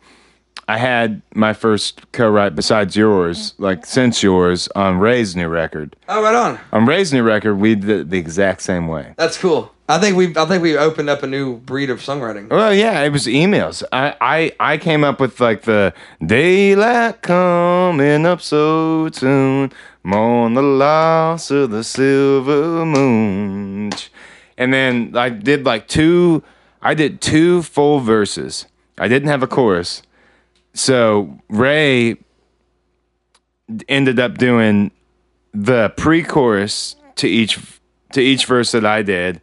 [SPEAKER 3] I had my first co-write besides yours, like since yours on Ray's new record.
[SPEAKER 2] oh right on.
[SPEAKER 3] On Ray's new record, we did it the exact same way.
[SPEAKER 2] That's cool. I think we I think we opened up a new breed of songwriting.
[SPEAKER 3] Well, yeah, it was emails. I, I, I came up with like the daylight coming up so soon, mourn the loss of the silver moon. And then I did like two, I did two full verses. I didn't have a chorus. So Ray ended up doing the pre-chorus to each to each verse that I did,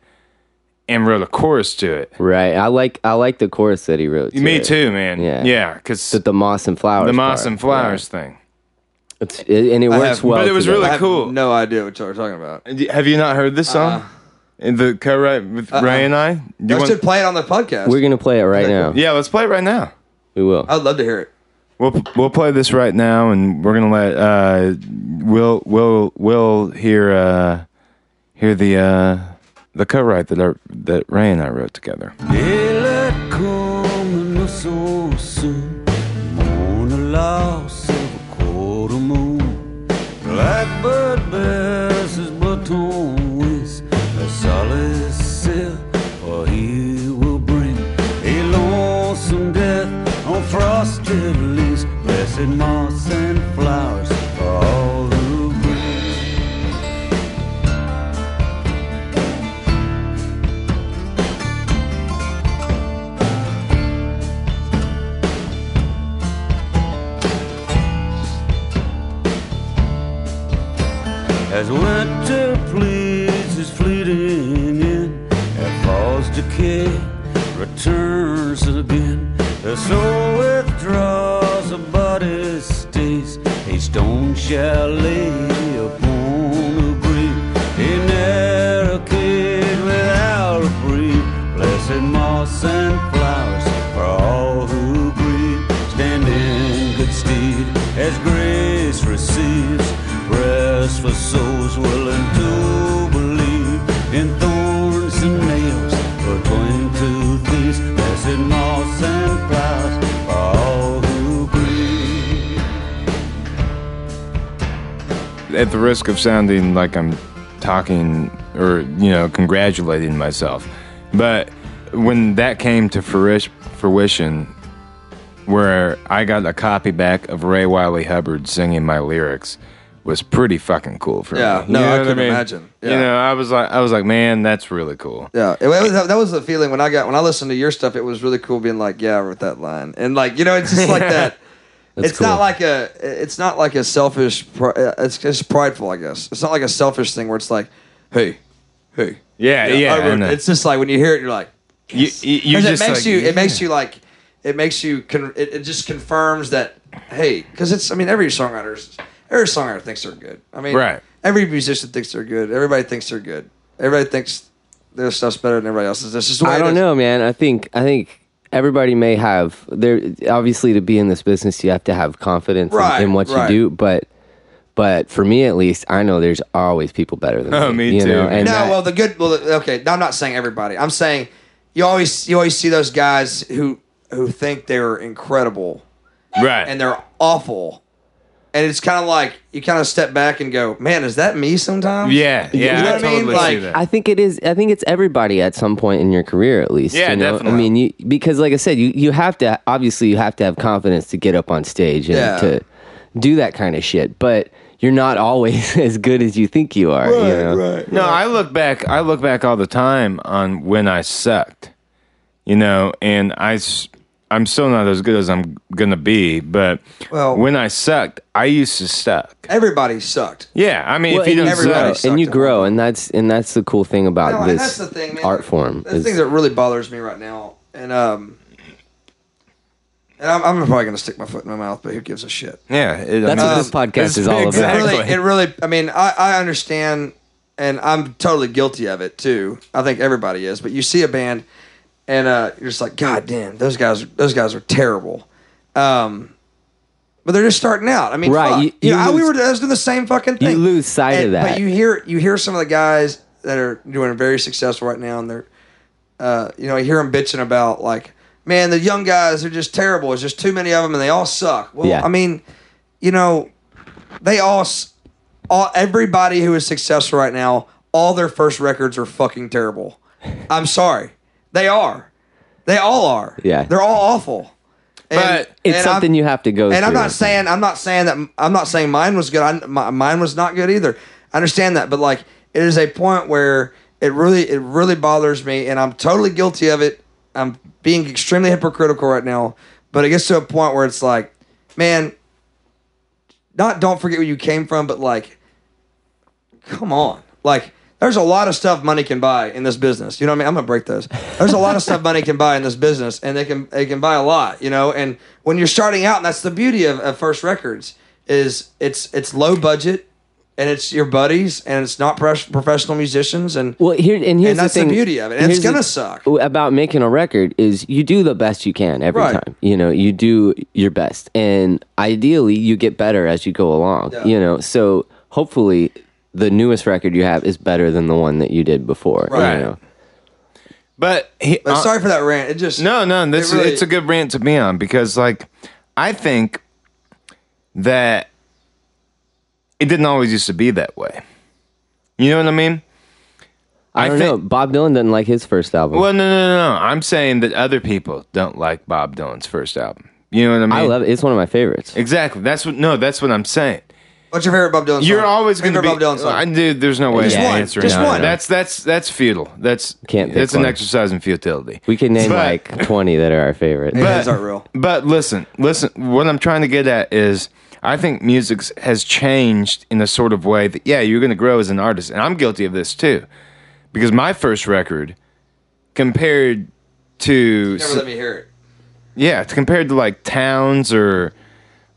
[SPEAKER 3] and wrote a chorus to it.
[SPEAKER 1] Right. I like I like the chorus that he wrote. to
[SPEAKER 3] Me
[SPEAKER 1] it.
[SPEAKER 3] too, man.
[SPEAKER 1] Yeah.
[SPEAKER 3] yeah, because
[SPEAKER 1] The, the moss and flowers.
[SPEAKER 3] the moss
[SPEAKER 1] part.
[SPEAKER 3] and flowers thing.
[SPEAKER 1] Yeah. It's, it, and it works
[SPEAKER 2] have-
[SPEAKER 1] well.
[SPEAKER 3] but it was
[SPEAKER 1] together.
[SPEAKER 3] really
[SPEAKER 2] I have
[SPEAKER 3] cool.
[SPEAKER 2] no idea what y'all are talking about.
[SPEAKER 3] And y- Have you not heard this song?
[SPEAKER 1] Uh-uh.
[SPEAKER 3] In the co-write with Ray and I. Do you
[SPEAKER 2] I
[SPEAKER 3] want-
[SPEAKER 2] should play it on the podcast.
[SPEAKER 1] We're gonna play it right now.
[SPEAKER 3] yeah, let's play it right now.
[SPEAKER 1] We will.
[SPEAKER 2] I'd love to hear it.
[SPEAKER 3] We'll we'll play this right now, and we're gonna let uh, we'll we'll we'll hear uh, hear the uh, the co-write that I, that Ray and I wrote together.
[SPEAKER 5] Ele coming so soon on the loss of a quarter moon. Blackbird bears his button wings, a solace or he will bring a lonesome death on frosted leaves, blessed moss and flowers for all who brings. As winter pleases fleeting in, and falls decay returns again. The soul withdraws, the body stays. A stone shall lay upon a grave, an arrogate without a breed. Blessed moss and flowers for all who breathe. Stand in good stead as grace receives. Rest for souls willing to believe in thorns and nails between two thieves, blessed moss and flowers for all who grieve.
[SPEAKER 3] At the risk of sounding like I'm talking or you know congratulating myself, but when that came to fruish- fruition, where I got a copy back of Ray Wiley Hubbard singing my lyrics was pretty fucking cool for
[SPEAKER 2] Yeah,
[SPEAKER 3] me.
[SPEAKER 2] no, I
[SPEAKER 3] what
[SPEAKER 2] can imagine.
[SPEAKER 3] You
[SPEAKER 2] Yeah.
[SPEAKER 3] know, I was like, I was like, man, that's really cool.
[SPEAKER 2] Yeah, it was, that was the feeling when I got when I listened to your stuff. It was really cool being like, yeah, I wrote that line, and like you know, it's just like that. it's
[SPEAKER 1] cool.
[SPEAKER 2] not like a it's not like a selfish. pri- uh, It's just prideful, I guess. It's not like a selfish thing where it's like, hey, hey,
[SPEAKER 3] Yeah, yeah.
[SPEAKER 2] I wrote
[SPEAKER 3] and, uh,
[SPEAKER 2] it. It's just like when you hear it, you're like,
[SPEAKER 3] you, you, you
[SPEAKER 2] 'Cause
[SPEAKER 3] just
[SPEAKER 2] it makes
[SPEAKER 3] like,
[SPEAKER 2] you
[SPEAKER 3] yeah.
[SPEAKER 2] it makes you like it makes you con- it, it just confirms that hey because it's I mean every songwriter's every songwriter thinks they're good I mean
[SPEAKER 3] Right.
[SPEAKER 2] every musician thinks they're good everybody thinks they're good everybody thinks their stuff's better than everybody else's this is the way
[SPEAKER 1] I
[SPEAKER 2] it
[SPEAKER 1] don't
[SPEAKER 2] is.
[SPEAKER 1] know, man. I think I think everybody may have there. Obviously, to be in this business, you have to have confidence in-
[SPEAKER 2] Right,
[SPEAKER 1] in, what
[SPEAKER 2] right.
[SPEAKER 1] you do. But but for me, at least, I know there's always people better than
[SPEAKER 3] Oh, me
[SPEAKER 1] You
[SPEAKER 3] too.
[SPEAKER 1] know? and
[SPEAKER 2] no
[SPEAKER 1] that-
[SPEAKER 2] well the good well the- okay no, I'm not saying everybody I'm saying you always you always see those guys who who think they're incredible
[SPEAKER 3] right.
[SPEAKER 2] and they're awful. And it's kind of like you kind of step back and go, "Man, is that me?" Sometimes,
[SPEAKER 3] yeah, yeah.
[SPEAKER 2] know
[SPEAKER 3] I
[SPEAKER 2] what I
[SPEAKER 3] totally
[SPEAKER 2] mean?
[SPEAKER 3] see
[SPEAKER 2] Like,
[SPEAKER 3] that.
[SPEAKER 1] I think it is. I think it's everybody at some point in your career, at least.
[SPEAKER 3] Yeah,
[SPEAKER 1] you know?
[SPEAKER 3] definitely.
[SPEAKER 1] I mean, you, because like I said, you, you have to obviously you have to have confidence to get up on stage and
[SPEAKER 2] Yeah.
[SPEAKER 1] to do that kind of shit. But you're not always as good as you think you are. you know?
[SPEAKER 3] No, I look back. I look back all the time on when I sucked, you know, and I, am still not as good as I'm gonna be. But
[SPEAKER 2] Well-
[SPEAKER 3] when I sucked, I used to suck.
[SPEAKER 2] Everybody sucked.
[SPEAKER 3] Yeah, I mean,
[SPEAKER 1] Well,
[SPEAKER 3] if you
[SPEAKER 1] and
[SPEAKER 3] don't
[SPEAKER 1] you grow,
[SPEAKER 2] everybody
[SPEAKER 3] suck,
[SPEAKER 2] sucks.
[SPEAKER 1] and you
[SPEAKER 2] sucked at
[SPEAKER 1] grow,
[SPEAKER 2] one
[SPEAKER 1] and that's and that's the cool thing about
[SPEAKER 2] No, and
[SPEAKER 1] this
[SPEAKER 2] that's the thing, man.
[SPEAKER 1] art form.
[SPEAKER 2] That's
[SPEAKER 1] is-
[SPEAKER 2] the thing that really bothers me right now, and um, and I'm, I'm probably gonna stick my foot in my mouth, but who gives a shit?
[SPEAKER 3] yeah, it- I
[SPEAKER 1] That's
[SPEAKER 3] mean,
[SPEAKER 1] what this podcast
[SPEAKER 3] it's-
[SPEAKER 1] is all about.
[SPEAKER 3] exactly.
[SPEAKER 2] It really, it really. I mean, I, I understand, and I'm totally guilty of it too. I think everybody is. But you see a band, and uh, you're just like, God damn, those guys, those guys are terrible. Um, but they're just starting out. I mean,
[SPEAKER 1] Right,
[SPEAKER 2] fuck.
[SPEAKER 1] you-
[SPEAKER 2] You
[SPEAKER 1] you
[SPEAKER 2] know, I- we
[SPEAKER 1] lose-
[SPEAKER 2] were I was doing the same fucking
[SPEAKER 1] You
[SPEAKER 2] thing.
[SPEAKER 1] lose sight of
[SPEAKER 2] And-
[SPEAKER 1] that.
[SPEAKER 2] But you hear, you hear some of the guys that are doing very successful right now, and they're, uh, you know, I hear them bitching about like, man, the young guys are just terrible. There's just too many of them, and they all suck. Well,
[SPEAKER 1] Yeah.
[SPEAKER 2] I mean, you know, they all, s- all everybody who is successful right now, all their first records are fucking terrible. I'm sorry, they are. They all are.
[SPEAKER 1] Yeah.
[SPEAKER 2] they're all awful. And-
[SPEAKER 3] But
[SPEAKER 1] it's
[SPEAKER 2] and
[SPEAKER 1] something
[SPEAKER 2] I'm-
[SPEAKER 1] you have to go
[SPEAKER 2] and I'm
[SPEAKER 1] through.
[SPEAKER 2] not saying I'm not saying that I'm not saying mine was good. I, my, mine was not good either. I understand that, but like it is a point where it really it really bothers me, and I'm totally guilty of it. I'm being extremely hypocritical right now, but it gets to a point where it's like, man, not don't forget where you came from, but like, come on, like. There's a lot of stuff money can buy in this business. You know what I mean? I'm gonna break those. There's a lot of stuff money can buy in this business, and they can they can buy a lot. You know, and when you're starting out, and that's the beauty of, of First Records is it's it's low budget, and it's your buddies, and it's not pres- professional musicians, and
[SPEAKER 1] Well, here and here's
[SPEAKER 2] And that's
[SPEAKER 1] the
[SPEAKER 2] the
[SPEAKER 1] thing.
[SPEAKER 2] beauty of it. And it's
[SPEAKER 1] here's the-
[SPEAKER 2] gonna suck.
[SPEAKER 1] About making a record is you do the best you can every
[SPEAKER 2] Right.
[SPEAKER 1] time. You know, you do your best, and ideally you get better as you go along.
[SPEAKER 2] Yeah.
[SPEAKER 1] You know, so hopefully the newest record you have is better than the one that you did before. you
[SPEAKER 2] Right.
[SPEAKER 1] know.
[SPEAKER 3] But, he,
[SPEAKER 2] But
[SPEAKER 3] uh,
[SPEAKER 2] sorry for that rant. It just
[SPEAKER 3] No, no, this
[SPEAKER 2] It really-
[SPEAKER 3] is it's a good rant to be on because like I think that it didn't always used to be that way. You know what I mean?
[SPEAKER 1] I don't know.
[SPEAKER 3] think-
[SPEAKER 1] Bob Dylan doesn't like his first album.
[SPEAKER 3] Well, no, no, no, no. I'm saying that other people don't like Bob Dylan's first album. You know what I mean?
[SPEAKER 1] I love it. It's one of my favorites.
[SPEAKER 3] Exactly. That's what. No, that's what I'm saying.
[SPEAKER 2] What's your favorite Bob Dylan? song?
[SPEAKER 3] You're always going to
[SPEAKER 2] Favorite
[SPEAKER 3] be. uh,
[SPEAKER 2] Bob Dylan song.
[SPEAKER 3] I, dude, there's no way.
[SPEAKER 2] Just
[SPEAKER 3] I'm
[SPEAKER 2] one.
[SPEAKER 3] answering
[SPEAKER 2] Just
[SPEAKER 3] that.
[SPEAKER 2] one.
[SPEAKER 3] That's that's that's futile. That's
[SPEAKER 1] Can't pick
[SPEAKER 3] That's an
[SPEAKER 1] one.
[SPEAKER 3] exercise in futility.
[SPEAKER 1] We can name
[SPEAKER 3] But-
[SPEAKER 1] like 20 that are our favorite.
[SPEAKER 2] Yeah, these aren't real.
[SPEAKER 3] But listen, listen. What I'm trying to get at is, I think music has changed in a sort of way that, yeah, you're going to grow as an artist, and I'm guilty of this too, because my first record, compared to,
[SPEAKER 2] Never let me hear it.
[SPEAKER 3] yeah, compared to like Towns or,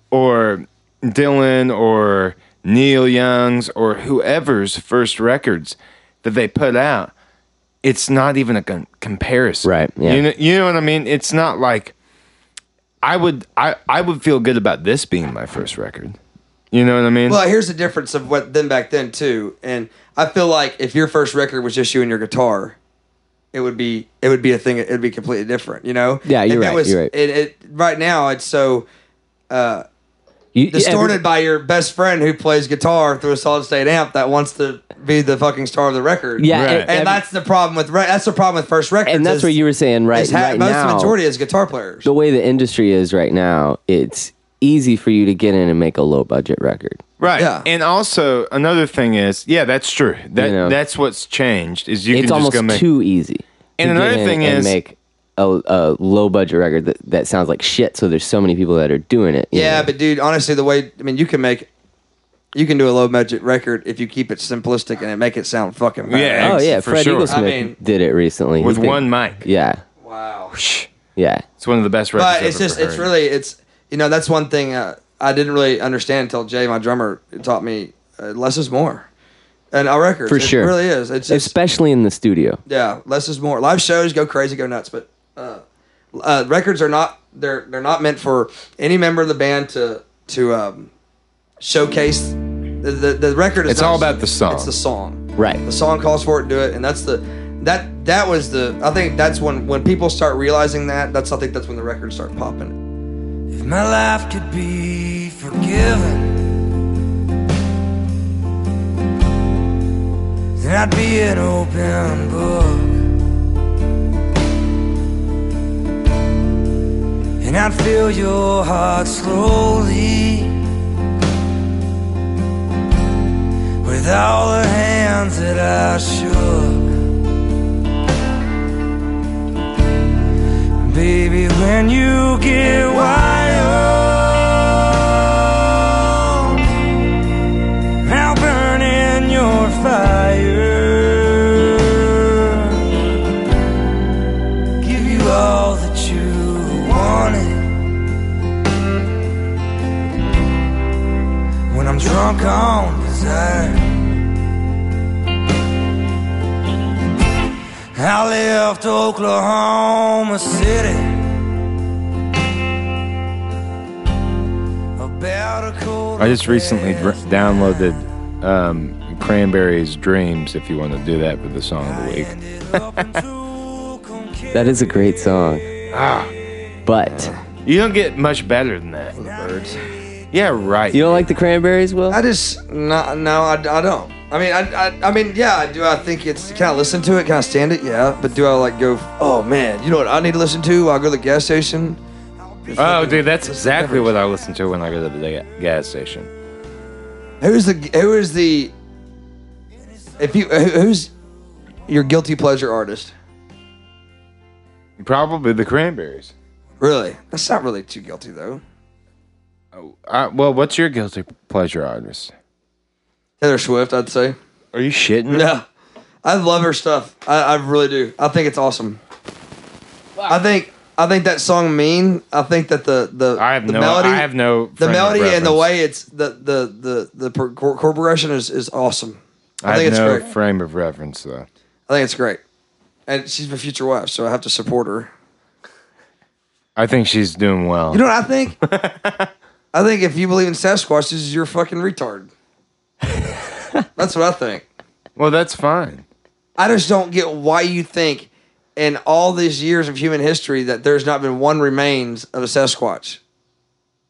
[SPEAKER 3] or Dylan or Neil Young's or whoever's first records that they put out, it's not even a com- comparison.
[SPEAKER 1] Right, yeah.
[SPEAKER 3] You know, you know what I mean? It's not like I would I I would feel good about this being my first record. You know what I mean?
[SPEAKER 2] Well, here's the difference of what then back then too, and I feel like if your first record was just you and your guitar, it would be it would be a thing. It'd be completely different, you know.
[SPEAKER 1] Yeah, you're
[SPEAKER 2] If it
[SPEAKER 1] right,
[SPEAKER 2] was-
[SPEAKER 1] you're right.
[SPEAKER 2] It, it right now it's so
[SPEAKER 1] You-
[SPEAKER 2] distorted
[SPEAKER 1] every-
[SPEAKER 2] by your best friend who plays guitar through a solid state amp that wants to be the fucking star of the record.
[SPEAKER 1] Yeah,
[SPEAKER 3] Right.
[SPEAKER 1] and,
[SPEAKER 2] and
[SPEAKER 1] every-
[SPEAKER 2] that's the problem with re- that's the problem with first records.
[SPEAKER 1] and that's
[SPEAKER 2] is-
[SPEAKER 1] what you were saying right,
[SPEAKER 2] is ha-
[SPEAKER 1] right
[SPEAKER 2] most
[SPEAKER 1] now.
[SPEAKER 2] majority is guitar players.
[SPEAKER 1] the way the industry is right now, it's easy for you to get in and make a low budget record.
[SPEAKER 3] right.
[SPEAKER 2] yeah.
[SPEAKER 3] And also another thing is, yeah, that's true. That
[SPEAKER 1] You know.
[SPEAKER 3] that's what's changed is you
[SPEAKER 1] it's
[SPEAKER 3] can
[SPEAKER 1] almost
[SPEAKER 3] just go make
[SPEAKER 1] too easy. to
[SPEAKER 3] And
[SPEAKER 1] get
[SPEAKER 3] another
[SPEAKER 1] in
[SPEAKER 3] thing
[SPEAKER 1] and
[SPEAKER 3] is-
[SPEAKER 1] make a, a low budget record that, that sounds like shit. So there's so many people that are doing it. you
[SPEAKER 2] Yeah,
[SPEAKER 1] know?
[SPEAKER 2] but dude, honestly, the way I mean, you can make you can do a low budget record if you keep it simplistic and it make it sound fucking bad.
[SPEAKER 3] Yeah.
[SPEAKER 1] oh yeah,
[SPEAKER 3] for
[SPEAKER 1] Fred
[SPEAKER 3] sure.
[SPEAKER 1] Eaglesmith
[SPEAKER 2] I mean-
[SPEAKER 1] did it recently He
[SPEAKER 3] with
[SPEAKER 1] did-
[SPEAKER 3] one mic.
[SPEAKER 1] Yeah,
[SPEAKER 2] Wow.
[SPEAKER 1] yeah.
[SPEAKER 3] It's one of the best records.
[SPEAKER 2] But it's
[SPEAKER 3] I've
[SPEAKER 2] just
[SPEAKER 3] ever
[SPEAKER 2] it's
[SPEAKER 3] heard.
[SPEAKER 2] really it's you know that's one thing uh, I didn't really understand until Jay, my drummer, taught me uh, less is more, and our records
[SPEAKER 1] For
[SPEAKER 2] it
[SPEAKER 1] sure.
[SPEAKER 2] really is. It's just
[SPEAKER 1] Especially in the studio.
[SPEAKER 2] yeah, less is more. Live shows go crazy, go nuts, but uh, uh, records are not they're they're not meant for any member of the band to to um, showcase. The, the, the record is
[SPEAKER 3] It's
[SPEAKER 2] not-
[SPEAKER 3] all about the song.
[SPEAKER 2] It's the song,
[SPEAKER 1] Right.
[SPEAKER 2] The song calls for it. Do it, and that's the that that was the. I think that's when when people start realizing that. That's I think that's when the records start popping.
[SPEAKER 6] If my life could be forgiven, then I'd be an open book. And I'd fill your heart slowly with all the hands that I shook. Baby, when you get wild, I'll burn in your fire. Give you all that you wanted. When I'm drunk on desire, I left Oklahoma City about a quarter
[SPEAKER 3] I just recently dr-
[SPEAKER 6] past
[SPEAKER 3] downloaded um, Cranberries' "Dreams." If you want to do that for the song of the week,
[SPEAKER 1] That
[SPEAKER 6] that
[SPEAKER 1] is a great song.
[SPEAKER 3] Ah.
[SPEAKER 1] But
[SPEAKER 3] you don't get much better than that. birds. Yeah, right.
[SPEAKER 1] you don't like the Cranberries, Will?
[SPEAKER 2] I just no, no, I, I don't. I mean, I, I, I mean, yeah. Do I think it's? Can I listen to it? Can I stand it? Yeah. But do I like go? Oh man, you know what I need to listen to? I'll go to the gas station.
[SPEAKER 3] oh, dude, that's exactly what I listen to when I go to the ga- gas station.
[SPEAKER 2] Who's the? Who is the? If you who- who's your guilty pleasure artist?
[SPEAKER 3] Probably the Cranberries.
[SPEAKER 2] Really? That's not really too guilty though.
[SPEAKER 3] Uh, well, what's your guilty pleasure, Idris?
[SPEAKER 2] Taylor Swift, I'd say.
[SPEAKER 3] Are you shitting?
[SPEAKER 2] Yeah, I love her stuff. I, I really do. I think it's awesome. I think I think that song "Mean." I think that the the
[SPEAKER 3] I have
[SPEAKER 2] the
[SPEAKER 3] no.
[SPEAKER 2] melody,
[SPEAKER 3] I have no.
[SPEAKER 2] the
[SPEAKER 3] frame of
[SPEAKER 2] melody and the
[SPEAKER 3] reference.
[SPEAKER 2] way it's the the the the pro- chord chord progression is is awesome. I,
[SPEAKER 3] I,
[SPEAKER 2] think
[SPEAKER 3] have
[SPEAKER 2] it's
[SPEAKER 3] no
[SPEAKER 2] great.
[SPEAKER 3] frame of reference though.
[SPEAKER 2] I think it's great. And she's my future wife, so I have to support her.
[SPEAKER 3] I think she's doing well.
[SPEAKER 2] You know what I think? I think if you believe in Sasquatches, you're a fucking retard. That's what I think.
[SPEAKER 3] well, that's fine.
[SPEAKER 2] I just don't get why you think in all these years of human history that there's not been one remains of a Sasquatch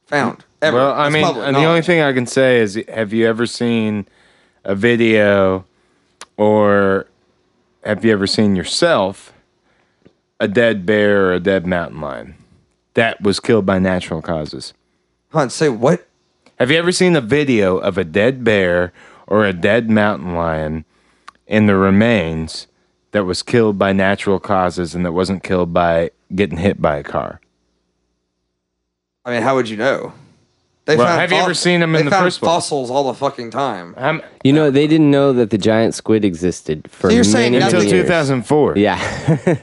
[SPEAKER 2] found. Ever.
[SPEAKER 3] Well, I
[SPEAKER 2] It's
[SPEAKER 3] mean,
[SPEAKER 2] public
[SPEAKER 3] and the
[SPEAKER 2] knowledge.
[SPEAKER 3] only thing I can say is, have you ever seen a video, or have you ever seen yourself a dead bear or a dead mountain lion that was killed by natural causes?
[SPEAKER 2] Hunt, say what?
[SPEAKER 3] Have you ever seen a video of a dead bear or a dead mountain lion and the remains that was killed by natural causes and that wasn't killed by getting hit by a car?
[SPEAKER 2] I mean, how would you know? They
[SPEAKER 3] Well, have you ever seen 'em in
[SPEAKER 2] they
[SPEAKER 3] the
[SPEAKER 2] found
[SPEAKER 3] first place?
[SPEAKER 2] fossils all the fucking time.
[SPEAKER 3] Um,
[SPEAKER 1] You know, they didn't know that the giant squid existed for
[SPEAKER 2] So you're
[SPEAKER 1] many,
[SPEAKER 2] saying
[SPEAKER 1] many
[SPEAKER 2] nothing-
[SPEAKER 3] until
[SPEAKER 1] years.
[SPEAKER 3] 2004.
[SPEAKER 1] Yeah.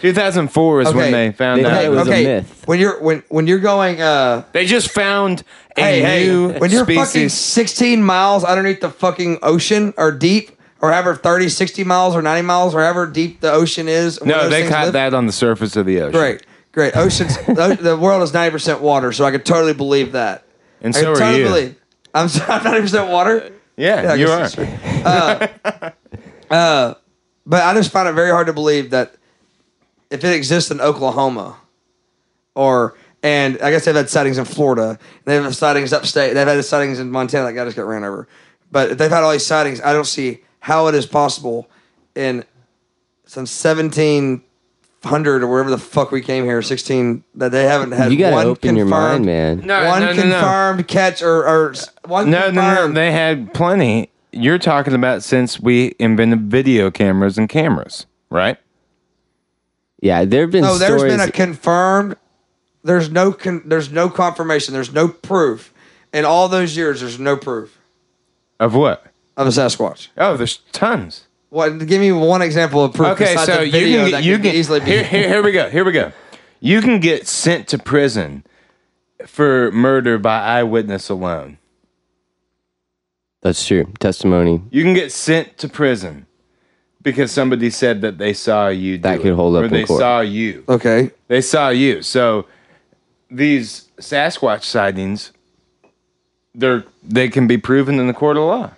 [SPEAKER 3] 2004 is
[SPEAKER 2] Okay.
[SPEAKER 3] when they found
[SPEAKER 1] They
[SPEAKER 3] out.
[SPEAKER 1] thought it was a myth.
[SPEAKER 2] When you're when when you're going uh
[SPEAKER 3] They just found a
[SPEAKER 2] hey, hey,
[SPEAKER 3] new
[SPEAKER 2] when you're fucking
[SPEAKER 3] species.
[SPEAKER 2] 16 miles underneath the fucking ocean or deep or however 30 60 miles or 90 miles or however deep the ocean is where
[SPEAKER 3] no,
[SPEAKER 2] those
[SPEAKER 3] they
[SPEAKER 2] things
[SPEAKER 3] caught
[SPEAKER 2] live-
[SPEAKER 3] that on the surface of the ocean.
[SPEAKER 2] great great oceans the the world is 90% water so i could totally believe that
[SPEAKER 3] And
[SPEAKER 2] i
[SPEAKER 3] so
[SPEAKER 2] could
[SPEAKER 3] are
[SPEAKER 2] totally
[SPEAKER 3] you.
[SPEAKER 2] believe i'm sorry, 90% water
[SPEAKER 3] Yeah,
[SPEAKER 2] I
[SPEAKER 3] you
[SPEAKER 2] guess
[SPEAKER 3] are.
[SPEAKER 2] that's true. Uh, uh, but I just find it very hard to believe that if it exists in Oklahoma, or and I guess they've had sightings in Florida, and they've had sightings upstate, they've had sightings in Montana. That guy just got ran over. But if they've had all these sightings, I don't see how it is possible in some seventeen hundred or wherever the fuck we came here, sixteen that they haven't had
[SPEAKER 1] you gotta
[SPEAKER 2] one
[SPEAKER 1] open
[SPEAKER 2] confirmed,
[SPEAKER 1] your mind, man.
[SPEAKER 3] No,
[SPEAKER 2] one
[SPEAKER 3] no, no, no.
[SPEAKER 2] confirmed catch or, or s- one
[SPEAKER 3] No, no, no.
[SPEAKER 2] confirmed-
[SPEAKER 3] They had plenty. You're talking about since we invented video cameras and cameras, right?
[SPEAKER 1] Yeah, there have been
[SPEAKER 2] No,
[SPEAKER 1] stories.
[SPEAKER 2] Oh, there's been a confirmed. There's no con, there's no confirmation. There's no proof. In all those years, there's no proof
[SPEAKER 3] Of what?
[SPEAKER 2] of a Sasquatch.
[SPEAKER 3] Oh, there's tons.
[SPEAKER 2] What? Give me one example of proof.
[SPEAKER 3] Okay,
[SPEAKER 2] besides
[SPEAKER 3] so
[SPEAKER 2] a
[SPEAKER 3] you
[SPEAKER 2] video
[SPEAKER 3] can
[SPEAKER 2] that
[SPEAKER 3] get, you
[SPEAKER 2] could
[SPEAKER 3] can
[SPEAKER 2] easily be.
[SPEAKER 3] here, here. Here we go. Here we go. You can get sent to prison for murder by eyewitness alone.
[SPEAKER 1] That's true. Testimony.
[SPEAKER 3] You can get sent to prison because somebody said that they saw you. do
[SPEAKER 1] That could
[SPEAKER 3] it,
[SPEAKER 1] hold up
[SPEAKER 3] Or
[SPEAKER 1] in
[SPEAKER 3] they
[SPEAKER 1] court.
[SPEAKER 3] saw you.
[SPEAKER 2] Okay,
[SPEAKER 3] They saw you. So these Sasquatch sightings, they're they can be proven in the court of law.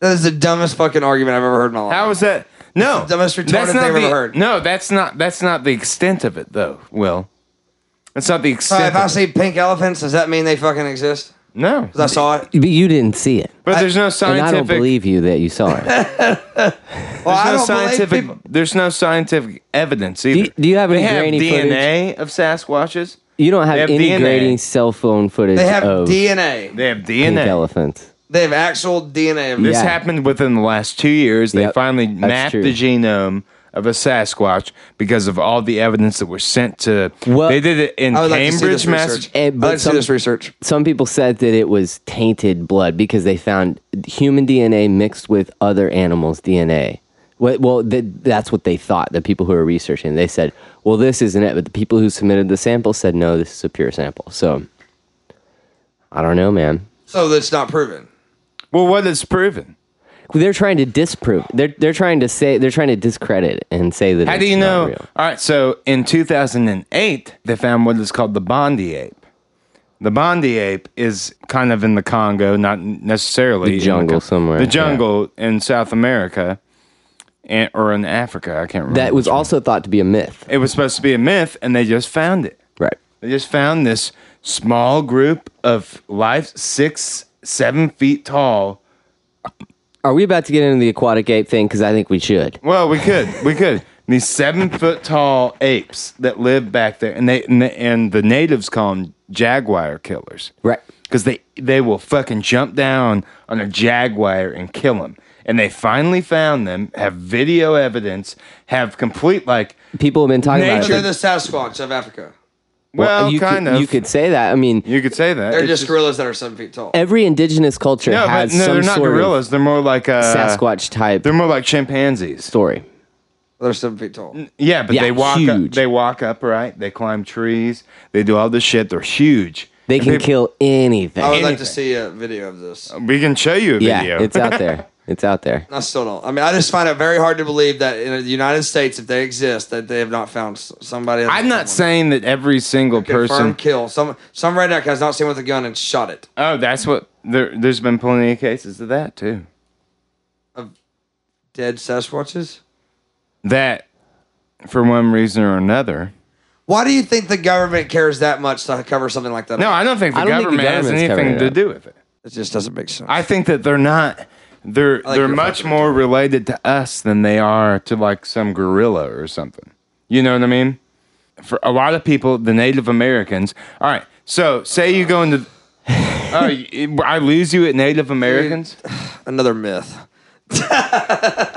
[SPEAKER 2] that is the dumbest fucking argument I've ever heard in my life.
[SPEAKER 3] How is that? No,
[SPEAKER 2] the most retarded
[SPEAKER 3] that's
[SPEAKER 2] thing
[SPEAKER 3] not
[SPEAKER 2] I've
[SPEAKER 3] the-
[SPEAKER 2] ever heard.
[SPEAKER 3] No, that's not that's not the extent of it though. Will, that's not the
[SPEAKER 2] Uh,
[SPEAKER 3] extent.
[SPEAKER 2] if I
[SPEAKER 3] of it.
[SPEAKER 2] see pink elephants, does that mean they fucking exist?
[SPEAKER 3] no,
[SPEAKER 2] 'Cause I saw it.
[SPEAKER 1] But you didn't see it.
[SPEAKER 3] but there's no
[SPEAKER 1] And I don't
[SPEAKER 3] scientific.
[SPEAKER 1] believe you that you saw it.
[SPEAKER 2] Well, I
[SPEAKER 3] There's no
[SPEAKER 2] don't believe
[SPEAKER 3] scientific.
[SPEAKER 2] people-
[SPEAKER 3] There's no scientific evidence either.
[SPEAKER 1] do you have
[SPEAKER 3] they
[SPEAKER 1] any
[SPEAKER 3] have
[SPEAKER 1] grainy
[SPEAKER 3] DNA of Sasquatches?
[SPEAKER 1] You don't have,
[SPEAKER 3] They have
[SPEAKER 1] any
[SPEAKER 3] DNA.
[SPEAKER 1] grainy cell phone footage
[SPEAKER 2] They have
[SPEAKER 1] of
[SPEAKER 2] DNA.
[SPEAKER 3] They have
[SPEAKER 1] pink
[SPEAKER 3] DNA.
[SPEAKER 1] elephants.
[SPEAKER 2] They have actual DNA. Of
[SPEAKER 3] This
[SPEAKER 1] Yeah.
[SPEAKER 3] happened within the last two years. They
[SPEAKER 1] Yep,
[SPEAKER 3] finally
[SPEAKER 1] that's
[SPEAKER 3] mapped
[SPEAKER 1] true.
[SPEAKER 3] the genome of a Sasquatch because of all the evidence that was sent to.
[SPEAKER 1] Well-
[SPEAKER 3] they did it in
[SPEAKER 2] I would like to see
[SPEAKER 3] Cambridge,
[SPEAKER 2] this research.
[SPEAKER 3] Massachusetts.
[SPEAKER 1] Eh,
[SPEAKER 2] I'd
[SPEAKER 1] but
[SPEAKER 2] like to see
[SPEAKER 1] some-
[SPEAKER 2] this research.
[SPEAKER 1] Some people said that it was tainted blood because they found human DNA mixed with other animals' DNA. Wh- Well, th- that's what they thought. The people who were researching, they said, "Well, this isn't it." But the people who submitted the sample said, "No, this is a pure sample." So, I don't know, man.
[SPEAKER 2] So that's not proven.
[SPEAKER 3] Well, what is proven?
[SPEAKER 1] They're trying to disprove. They're they're trying to say they're trying to discredit and say that.
[SPEAKER 3] How
[SPEAKER 1] it's
[SPEAKER 3] do you
[SPEAKER 1] not
[SPEAKER 3] know?
[SPEAKER 1] real.
[SPEAKER 3] All right, so in 2008, they found what is called the Bondi ape. The Bondi ape is kind of in the Congo, not necessarily
[SPEAKER 1] The
[SPEAKER 3] in
[SPEAKER 1] jungle
[SPEAKER 3] Con-
[SPEAKER 1] somewhere,
[SPEAKER 3] The
[SPEAKER 1] yeah.
[SPEAKER 3] jungle in South America, and, or in Africa. I can't remember.
[SPEAKER 1] That was
[SPEAKER 3] which one.
[SPEAKER 1] also thought to be a myth,
[SPEAKER 3] It was supposed to be a myth, and they just found it.
[SPEAKER 1] right?
[SPEAKER 3] They just found this small group of life six, seven feet tall.
[SPEAKER 1] Are we about to get into the aquatic ape thing? Because I think we should.
[SPEAKER 3] Well, we could, we could. These seven foot tall apes that live back there, and they and the, and the natives call them jaguar killers,
[SPEAKER 1] Right.
[SPEAKER 3] Because they they will fucking jump down on a jaguar and kill them. And they finally found them, have video evidence, have complete like
[SPEAKER 1] People have been talking
[SPEAKER 2] But
[SPEAKER 1] about
[SPEAKER 3] Nature-
[SPEAKER 1] it.
[SPEAKER 2] they're the Sasquatch of Africa.
[SPEAKER 3] Well,
[SPEAKER 1] you
[SPEAKER 3] kind
[SPEAKER 1] could,
[SPEAKER 3] of.
[SPEAKER 1] You could say that. I mean,
[SPEAKER 3] You could say that.
[SPEAKER 2] They're
[SPEAKER 3] It's
[SPEAKER 2] just gorillas that are seven feet tall.
[SPEAKER 1] every indigenous culture
[SPEAKER 3] No, but
[SPEAKER 1] has
[SPEAKER 3] no,
[SPEAKER 1] some
[SPEAKER 3] they're not
[SPEAKER 1] sort
[SPEAKER 3] gorillas. They're more like uh,
[SPEAKER 1] of Sasquatch type
[SPEAKER 3] They're more like chimpanzees.
[SPEAKER 1] story.
[SPEAKER 2] They're seven feet tall.
[SPEAKER 3] Yeah, but
[SPEAKER 1] Yeah,
[SPEAKER 3] they walk. Up,
[SPEAKER 1] huge.
[SPEAKER 3] they walk upright. They climb trees. They do all this shit. They're huge.
[SPEAKER 1] They
[SPEAKER 3] And
[SPEAKER 1] can
[SPEAKER 3] people-
[SPEAKER 1] kill anything.
[SPEAKER 2] I would like
[SPEAKER 3] Anything. Um,
[SPEAKER 2] to see a video of this.
[SPEAKER 3] We can show you a
[SPEAKER 1] yeah,
[SPEAKER 3] video.
[SPEAKER 1] it's out there. It's out there.
[SPEAKER 2] I still don't. I mean, I just find it very hard to believe that in the United States, if they exist, that they have not found s- somebody.
[SPEAKER 3] I'm
[SPEAKER 2] someone.
[SPEAKER 3] not saying that every single person.
[SPEAKER 2] Confirmed kill. Some some redneck has not seen with a gun and shot it.
[SPEAKER 3] Oh, that's what there. There's been plenty of cases of that too.
[SPEAKER 2] Dead Sasquatches.
[SPEAKER 3] That, for one reason or another.
[SPEAKER 2] Why do you think the government cares that much to cover something like that?
[SPEAKER 3] No,
[SPEAKER 2] up?
[SPEAKER 3] I don't think the
[SPEAKER 1] I don't think the
[SPEAKER 3] government has
[SPEAKER 1] government's covering
[SPEAKER 3] anything
[SPEAKER 1] it
[SPEAKER 3] to
[SPEAKER 1] up.
[SPEAKER 3] do with it.
[SPEAKER 2] it just doesn't make sense.
[SPEAKER 3] I think that they're not. They're
[SPEAKER 2] like
[SPEAKER 3] they're
[SPEAKER 2] your
[SPEAKER 3] much
[SPEAKER 2] fucking-
[SPEAKER 3] more related to us than they are to like some gorilla or something. You know what I mean? For a lot of people, the Native Americans. All right, so say you go into. Oh, you- I lose you at Native Americans.
[SPEAKER 2] Another myth.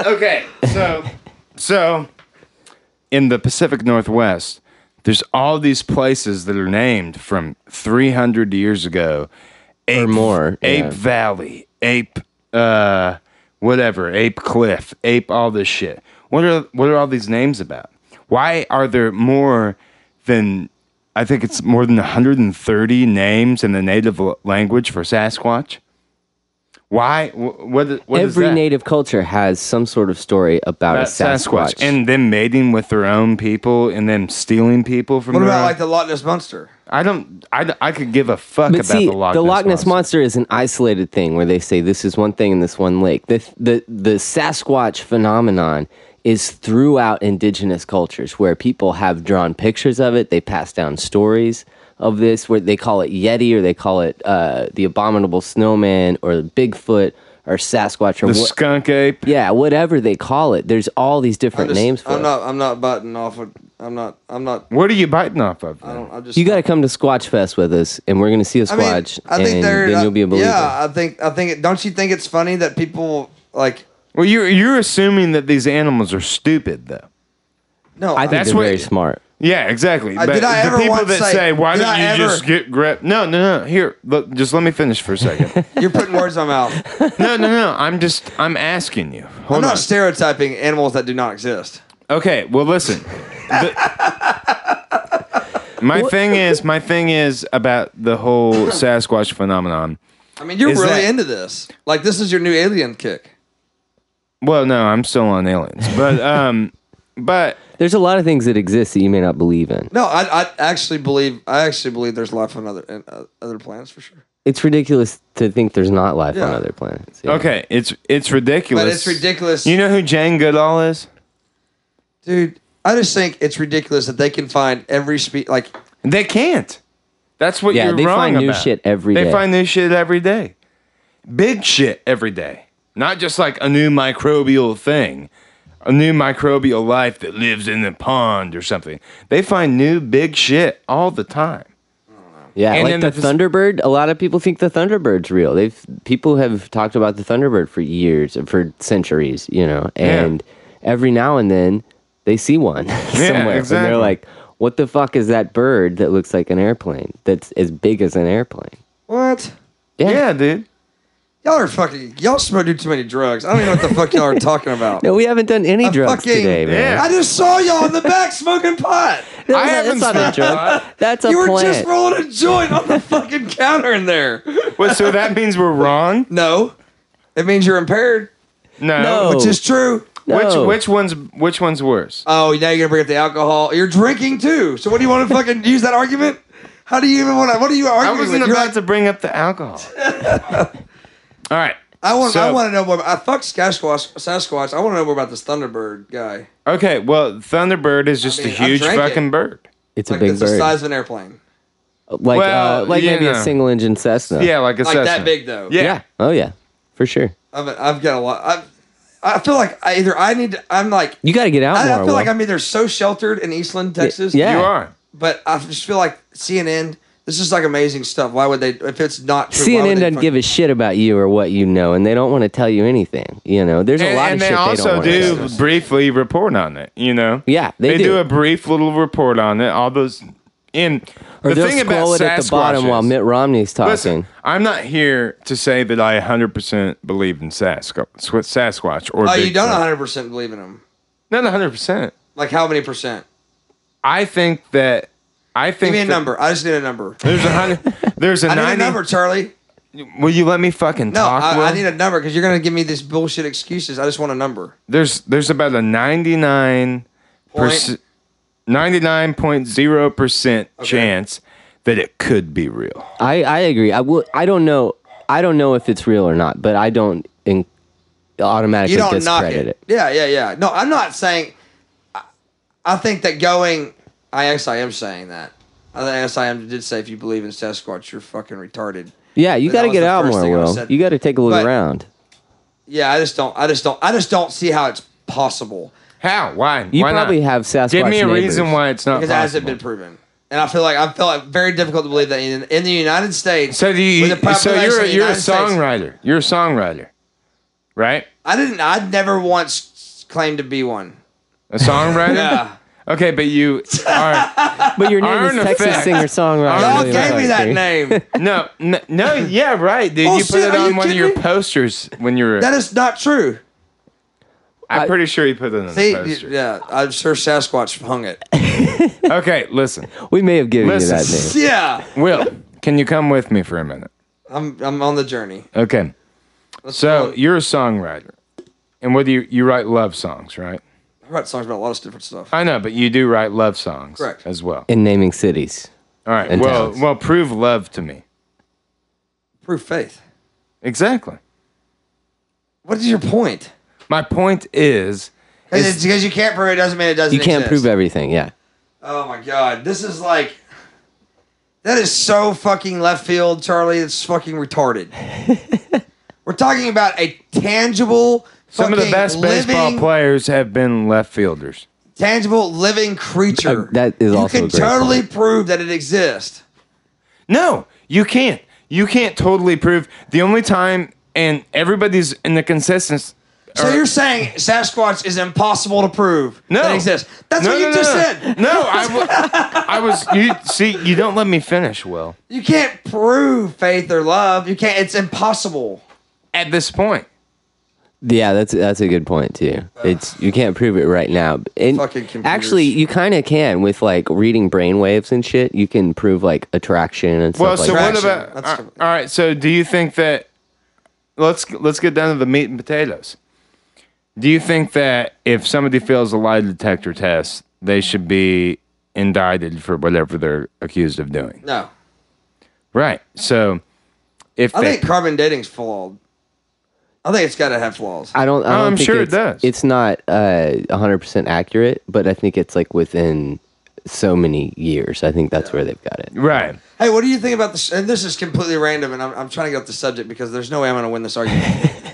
[SPEAKER 3] Okay, so so in the Pacific Northwest, there's all these places that are named from 300 years ago. Ape,
[SPEAKER 1] more,
[SPEAKER 3] Ape
[SPEAKER 1] yeah.
[SPEAKER 3] Valley, Ape, uh, whatever, Ape Cliff, Ape, all this shit. What are what are all these names about? Why are there more than I think it's more than 130 names in the native l- language for Sasquatch? Why? Wh- What? what is
[SPEAKER 1] Every
[SPEAKER 3] that?
[SPEAKER 1] native culture has some sort of story about a
[SPEAKER 3] Uh,
[SPEAKER 1] Sasquatch.
[SPEAKER 3] and them mating with their own people and them stealing people from.
[SPEAKER 2] What
[SPEAKER 3] their
[SPEAKER 2] about
[SPEAKER 3] own-
[SPEAKER 2] like the Loch Ness monster?
[SPEAKER 3] I don't. I, d- I could give a fuck
[SPEAKER 1] but
[SPEAKER 3] about
[SPEAKER 1] see,
[SPEAKER 3] the Loch Ness,
[SPEAKER 1] Ness monster. is an isolated thing where they say this is one thing in this one lake. The the the Sasquatch phenomenon is throughout indigenous cultures where people have drawn pictures of it. They pass down stories of this where they call it Yeti or they call it uh, the abominable snowman or Bigfoot or Sasquatch or
[SPEAKER 3] The
[SPEAKER 1] what-
[SPEAKER 3] skunk ape.
[SPEAKER 1] yeah, whatever they call it. There's all these
[SPEAKER 2] I'm
[SPEAKER 1] different
[SPEAKER 2] just-
[SPEAKER 1] names for
[SPEAKER 2] I'm
[SPEAKER 1] it.
[SPEAKER 2] not. I'm not butting off. Of, I'm not. I'm not.
[SPEAKER 3] What are you biting off of?
[SPEAKER 2] I
[SPEAKER 3] then?
[SPEAKER 2] don't. I'm just.
[SPEAKER 1] You got to come to Squatch Fest with us, and we're gonna see a
[SPEAKER 2] I mean,
[SPEAKER 1] Squatch,
[SPEAKER 2] I think
[SPEAKER 1] and
[SPEAKER 2] they're. uh,
[SPEAKER 1] then you'll be a believer.
[SPEAKER 2] Yeah, I think. I think. It, don't you think it's funny that people like?
[SPEAKER 3] Well, you're you're assuming that these animals are stupid, though.
[SPEAKER 2] No,
[SPEAKER 1] I think
[SPEAKER 3] That's
[SPEAKER 1] they're
[SPEAKER 3] what-
[SPEAKER 1] very smart.
[SPEAKER 3] Yeah, exactly.
[SPEAKER 2] Uh,
[SPEAKER 3] but
[SPEAKER 2] did I
[SPEAKER 3] the
[SPEAKER 2] ever
[SPEAKER 3] people
[SPEAKER 2] once
[SPEAKER 3] that
[SPEAKER 2] say-
[SPEAKER 3] say, "Why
[SPEAKER 2] did
[SPEAKER 3] don't you
[SPEAKER 2] I ever-
[SPEAKER 3] just get grip?" No, no, no. Here, look, just let me finish for a second.
[SPEAKER 2] you're putting words in my mouth.
[SPEAKER 3] no, no, no. I'm just I'm asking you. Hold
[SPEAKER 2] I'm
[SPEAKER 3] on.
[SPEAKER 2] not stereotyping animals that do not exist.
[SPEAKER 3] Okay, well, listen. The- my thing is, my thing is about the whole Sasquatch phenomenon.
[SPEAKER 2] I mean, you're
[SPEAKER 3] Is
[SPEAKER 2] really
[SPEAKER 3] that-
[SPEAKER 2] into this. Like, this is your new alien kick.
[SPEAKER 3] Well, no, I'm still on aliens, but um, but
[SPEAKER 1] There's a lot of things that exist that you may not believe in.
[SPEAKER 2] No, I, I actually believe. I actually believe there's life on other in, uh, other planets for sure.
[SPEAKER 1] It's ridiculous to think there's not life on
[SPEAKER 2] Yeah.
[SPEAKER 1] other planets. yeah.
[SPEAKER 3] okay, it's it's ridiculous.
[SPEAKER 2] But it's ridiculous,
[SPEAKER 3] You know who Jane Goodall is?
[SPEAKER 2] dude. I just think it's ridiculous that they can find every spe like
[SPEAKER 3] They can't. That's what
[SPEAKER 1] Yeah,
[SPEAKER 3] you're
[SPEAKER 1] they
[SPEAKER 3] wrong
[SPEAKER 1] find new
[SPEAKER 3] about.
[SPEAKER 1] shit every
[SPEAKER 3] they
[SPEAKER 1] day.
[SPEAKER 3] find new shit every day. Big shit every day. Not just like a new microbial thing, a new microbial life that lives in the pond or something. They find new big shit all the time.
[SPEAKER 1] Yeah,
[SPEAKER 3] And
[SPEAKER 1] like
[SPEAKER 3] then
[SPEAKER 1] the
[SPEAKER 3] the phys-
[SPEAKER 1] Thunderbird. A lot of people think the Thunderbird's real. They've people have talked about the Thunderbird for years, for centuries, you know.
[SPEAKER 3] Yeah.
[SPEAKER 1] And every now and then they see one somewhere, and
[SPEAKER 3] exactly.
[SPEAKER 1] they're like, "What the fuck is that bird that looks like an airplane? That's as big as an airplane."
[SPEAKER 2] what?
[SPEAKER 3] Yeah,
[SPEAKER 1] Yeah.
[SPEAKER 3] dude.
[SPEAKER 2] Y'all are fucking. Y'all smoke do too many drugs. I don't even know what the fuck y'all are talking about.
[SPEAKER 1] No, we haven't done any drugs
[SPEAKER 2] fucking-
[SPEAKER 1] today, man.
[SPEAKER 3] Yeah.
[SPEAKER 2] I just saw y'all in the back smoking pot.
[SPEAKER 1] That
[SPEAKER 3] I
[SPEAKER 1] was-
[SPEAKER 3] haven't
[SPEAKER 1] that's not a
[SPEAKER 3] smoked
[SPEAKER 1] drug. That's a
[SPEAKER 2] you were
[SPEAKER 1] plant.
[SPEAKER 2] just rolling a joint on the fucking counter in there.
[SPEAKER 3] Well, so that means we're wrong?
[SPEAKER 2] No, it means you're impaired,
[SPEAKER 1] No.
[SPEAKER 2] which is true.
[SPEAKER 1] No.
[SPEAKER 3] Which which one's which one's worse?
[SPEAKER 2] Oh, now you're gonna bring up the alcohol. You're drinking too. So what do you want to fucking use that argument? How do you even want to? What are you
[SPEAKER 3] I
[SPEAKER 2] arguing?
[SPEAKER 3] wasn't
[SPEAKER 2] with? You're
[SPEAKER 3] about
[SPEAKER 2] like-
[SPEAKER 3] to bring up the alcohol. all right.
[SPEAKER 2] I want. I
[SPEAKER 3] So-
[SPEAKER 2] want to know more. I fuck Sasquatch. Sasquatch. I want to know more about this Thunderbird guy.
[SPEAKER 3] Okay, well, Thunderbird is just
[SPEAKER 2] I mean,
[SPEAKER 3] a
[SPEAKER 2] I
[SPEAKER 3] huge
[SPEAKER 2] drank it.
[SPEAKER 3] fucking bird.
[SPEAKER 1] it's a
[SPEAKER 2] Like
[SPEAKER 1] big
[SPEAKER 2] it's the
[SPEAKER 1] bird,
[SPEAKER 2] size of an airplane.
[SPEAKER 1] like
[SPEAKER 3] Well,
[SPEAKER 1] uh, like
[SPEAKER 3] you
[SPEAKER 1] maybe
[SPEAKER 3] know.
[SPEAKER 1] a single engine Cessna.
[SPEAKER 3] Yeah, like a
[SPEAKER 2] Like that
[SPEAKER 3] Cessna.
[SPEAKER 2] big though.
[SPEAKER 3] Yeah.
[SPEAKER 1] yeah. Oh yeah, for sure.
[SPEAKER 2] I've, I've got a lot. I've, I feel like I either I need. To, I'm like.
[SPEAKER 1] You got to get out
[SPEAKER 2] I, I
[SPEAKER 1] more.
[SPEAKER 2] feel
[SPEAKER 1] Will.
[SPEAKER 2] like I'm either so sheltered in Eastland, Texas.
[SPEAKER 1] yeah.
[SPEAKER 3] You are.
[SPEAKER 2] But I just feel like CNN. This is like amazing stuff. Why would they? If it's not true, why would
[SPEAKER 1] CNN
[SPEAKER 2] they
[SPEAKER 1] doesn't
[SPEAKER 2] fuck-
[SPEAKER 1] give a shit about you or what you know, and they don't want to tell you anything. You know, there's a
[SPEAKER 3] and,
[SPEAKER 1] lot
[SPEAKER 3] and
[SPEAKER 1] of
[SPEAKER 3] they
[SPEAKER 1] shit they don't
[SPEAKER 3] also
[SPEAKER 1] want to
[SPEAKER 3] do
[SPEAKER 1] tell.
[SPEAKER 3] briefly report on it. You know.
[SPEAKER 1] Yeah, they
[SPEAKER 3] do.
[SPEAKER 1] do.
[SPEAKER 3] a brief little report on it. All those And
[SPEAKER 1] Or
[SPEAKER 3] the
[SPEAKER 1] they'll
[SPEAKER 3] thing about
[SPEAKER 1] scroll it at the bottom
[SPEAKER 3] Sasquatches-
[SPEAKER 1] while Mitt Romney's talking.
[SPEAKER 3] Listen, I'm not here to say that I 100% believe in Sasqu- Sasquatch or
[SPEAKER 2] Oh, you
[SPEAKER 3] Bigfoot.
[SPEAKER 2] don't 100 percent believe in them.
[SPEAKER 3] Not 100%.
[SPEAKER 2] Like how many percent?
[SPEAKER 3] I think that I
[SPEAKER 2] Give
[SPEAKER 3] think
[SPEAKER 2] me a
[SPEAKER 3] that
[SPEAKER 2] number. I just need a number.
[SPEAKER 3] There's a hundred. There's a
[SPEAKER 2] I need
[SPEAKER 3] ninety.
[SPEAKER 2] a number, Charlie.
[SPEAKER 3] Will you let me fucking
[SPEAKER 2] No,
[SPEAKER 3] talk?
[SPEAKER 2] I, I
[SPEAKER 3] Will?
[SPEAKER 2] need a number because you're gonna give me this bullshit excuses. I just want a number.
[SPEAKER 3] there's there's about a ninety nine
[SPEAKER 2] Point.
[SPEAKER 3] percent, ninety nine point zero percent chance that it could be real.
[SPEAKER 1] I, I agree. I will. I don't know. I don't know if it's real or not, but I don't in, automatically
[SPEAKER 2] You don't knock
[SPEAKER 1] discredit
[SPEAKER 2] it.
[SPEAKER 1] it.
[SPEAKER 2] Yeah, yeah, yeah. No, I'm not saying. I, I think that going. I guess I am saying that. I think yes, I am did say if you believe in Sasquatch, you're fucking retarded.
[SPEAKER 1] Yeah, you
[SPEAKER 2] But that
[SPEAKER 1] got to
[SPEAKER 2] was
[SPEAKER 1] get
[SPEAKER 2] the
[SPEAKER 1] out
[SPEAKER 2] first
[SPEAKER 1] more,
[SPEAKER 2] thing I
[SPEAKER 1] Will.
[SPEAKER 2] said.
[SPEAKER 1] You got to take a look
[SPEAKER 2] But-
[SPEAKER 1] around.
[SPEAKER 2] Yeah, I just don't. I just don't. I just don't see how it's possible
[SPEAKER 3] How? Why?
[SPEAKER 1] You
[SPEAKER 3] Why not?
[SPEAKER 1] probably have Sasquatch.
[SPEAKER 3] Give me a
[SPEAKER 1] neighbors.
[SPEAKER 3] reason why it's not
[SPEAKER 2] because it hasn't
[SPEAKER 3] possible.
[SPEAKER 2] been proven. And I feel like I feel like very difficult to believe that in, in the United States.
[SPEAKER 3] so do
[SPEAKER 2] with
[SPEAKER 3] you?
[SPEAKER 2] the
[SPEAKER 3] So
[SPEAKER 2] population of
[SPEAKER 3] you're a,
[SPEAKER 2] the
[SPEAKER 3] you're a
[SPEAKER 2] United States-
[SPEAKER 3] songwriter. You're a songwriter, right?
[SPEAKER 2] I didn't. I never once claimed to be one.
[SPEAKER 3] A songwriter.
[SPEAKER 2] Yeah.
[SPEAKER 3] Okay, but you are
[SPEAKER 1] But your name
[SPEAKER 3] Iron
[SPEAKER 1] is Texas
[SPEAKER 3] Effect.
[SPEAKER 1] singer songwriter.
[SPEAKER 3] Y'all
[SPEAKER 2] Y'all
[SPEAKER 3] really
[SPEAKER 2] gave me that name.
[SPEAKER 3] no, no, no, yeah, right, dude.
[SPEAKER 2] Oh,
[SPEAKER 3] you put
[SPEAKER 2] shit,
[SPEAKER 3] it
[SPEAKER 2] are
[SPEAKER 3] on
[SPEAKER 2] you
[SPEAKER 3] one of your
[SPEAKER 2] kidding me?
[SPEAKER 3] posters when you were.
[SPEAKER 2] That is not true.
[SPEAKER 3] I'm
[SPEAKER 1] I-
[SPEAKER 3] pretty sure you put it on
[SPEAKER 2] See,
[SPEAKER 3] the poster.
[SPEAKER 2] yeah, I'm sure Sasquatch hung it.
[SPEAKER 3] Okay, listen,
[SPEAKER 1] We may have given
[SPEAKER 3] Listen.
[SPEAKER 1] you that name.
[SPEAKER 2] Yeah,
[SPEAKER 3] Will, can you come with me for a minute?
[SPEAKER 2] I'm I'm on the journey.
[SPEAKER 3] Okay.
[SPEAKER 2] go.
[SPEAKER 3] So you're a songwriter, and whether you you write love songs, right?
[SPEAKER 2] I write songs about a lot of different stuff.
[SPEAKER 3] I know, but you do write love songs,
[SPEAKER 2] Correct.
[SPEAKER 3] As well.
[SPEAKER 1] In naming cities.
[SPEAKER 3] All right.
[SPEAKER 1] and
[SPEAKER 3] Well,
[SPEAKER 1] towns.
[SPEAKER 3] well, prove love to me.
[SPEAKER 2] Proof faith.
[SPEAKER 3] Exactly.
[SPEAKER 2] What is your point?
[SPEAKER 3] My point is,
[SPEAKER 2] It's because you can't prove it doesn't mean it doesn't.
[SPEAKER 1] You can't
[SPEAKER 2] exist.
[SPEAKER 1] prove everything. Yeah.
[SPEAKER 2] Oh my god, this is like. That is so fucking left field, Charlie. It's fucking retarded. We're talking about a tangible,
[SPEAKER 3] some of the
[SPEAKER 2] fucking
[SPEAKER 3] best baseball
[SPEAKER 2] living
[SPEAKER 3] players have been left fielders.
[SPEAKER 2] tangible living creature.
[SPEAKER 1] Uh, that is
[SPEAKER 2] you
[SPEAKER 1] also
[SPEAKER 2] can
[SPEAKER 1] a great
[SPEAKER 2] totally prove that it exists.
[SPEAKER 3] No, you can't. You can't totally prove. The only time, and everybody's in the consensus.
[SPEAKER 2] So
[SPEAKER 3] or-
[SPEAKER 2] you're saying Sasquatch is impossible to prove
[SPEAKER 3] no,
[SPEAKER 2] that it exists? That's
[SPEAKER 3] No,
[SPEAKER 2] what
[SPEAKER 3] no,
[SPEAKER 2] you just
[SPEAKER 3] no.
[SPEAKER 2] said.
[SPEAKER 3] No, I, w- I was. You see, you don't let me finish. Will
[SPEAKER 2] You can't prove faith or love. You can't. It's impossible.
[SPEAKER 3] at this point.
[SPEAKER 1] Yeah, that's that's a good point too. It's you can't prove it right now. And
[SPEAKER 2] Fucking computers.
[SPEAKER 1] actually, you kind of can with like reading brainwaves and shit. You can prove like attraction and stuff
[SPEAKER 3] Well,
[SPEAKER 1] like
[SPEAKER 3] so
[SPEAKER 1] that.
[SPEAKER 3] what
[SPEAKER 2] Traction.
[SPEAKER 3] about? uh,
[SPEAKER 2] That's-
[SPEAKER 3] all- all right. So do you think that? Let's let's get down to the meat and potatoes. Do you think that if somebody fails a lie detector test, they should be indicted for whatever they're accused of doing?
[SPEAKER 2] No,
[SPEAKER 3] Right. So if
[SPEAKER 2] I
[SPEAKER 3] they,
[SPEAKER 2] think carbon dating's flawed. I think it's got to have flaws.
[SPEAKER 1] I don't. I
[SPEAKER 3] Oh,
[SPEAKER 1] don't
[SPEAKER 3] I'm
[SPEAKER 1] think
[SPEAKER 3] sure it
[SPEAKER 1] it's,
[SPEAKER 3] does.
[SPEAKER 1] It's not uh, 100% accurate, but I think it's like within so many years. I think that's where they've got it.
[SPEAKER 3] right.
[SPEAKER 2] Hey, what do you think about this? And this is completely random, and I'm, I'm trying to get off the subject because there's no way I'm going to win this argument.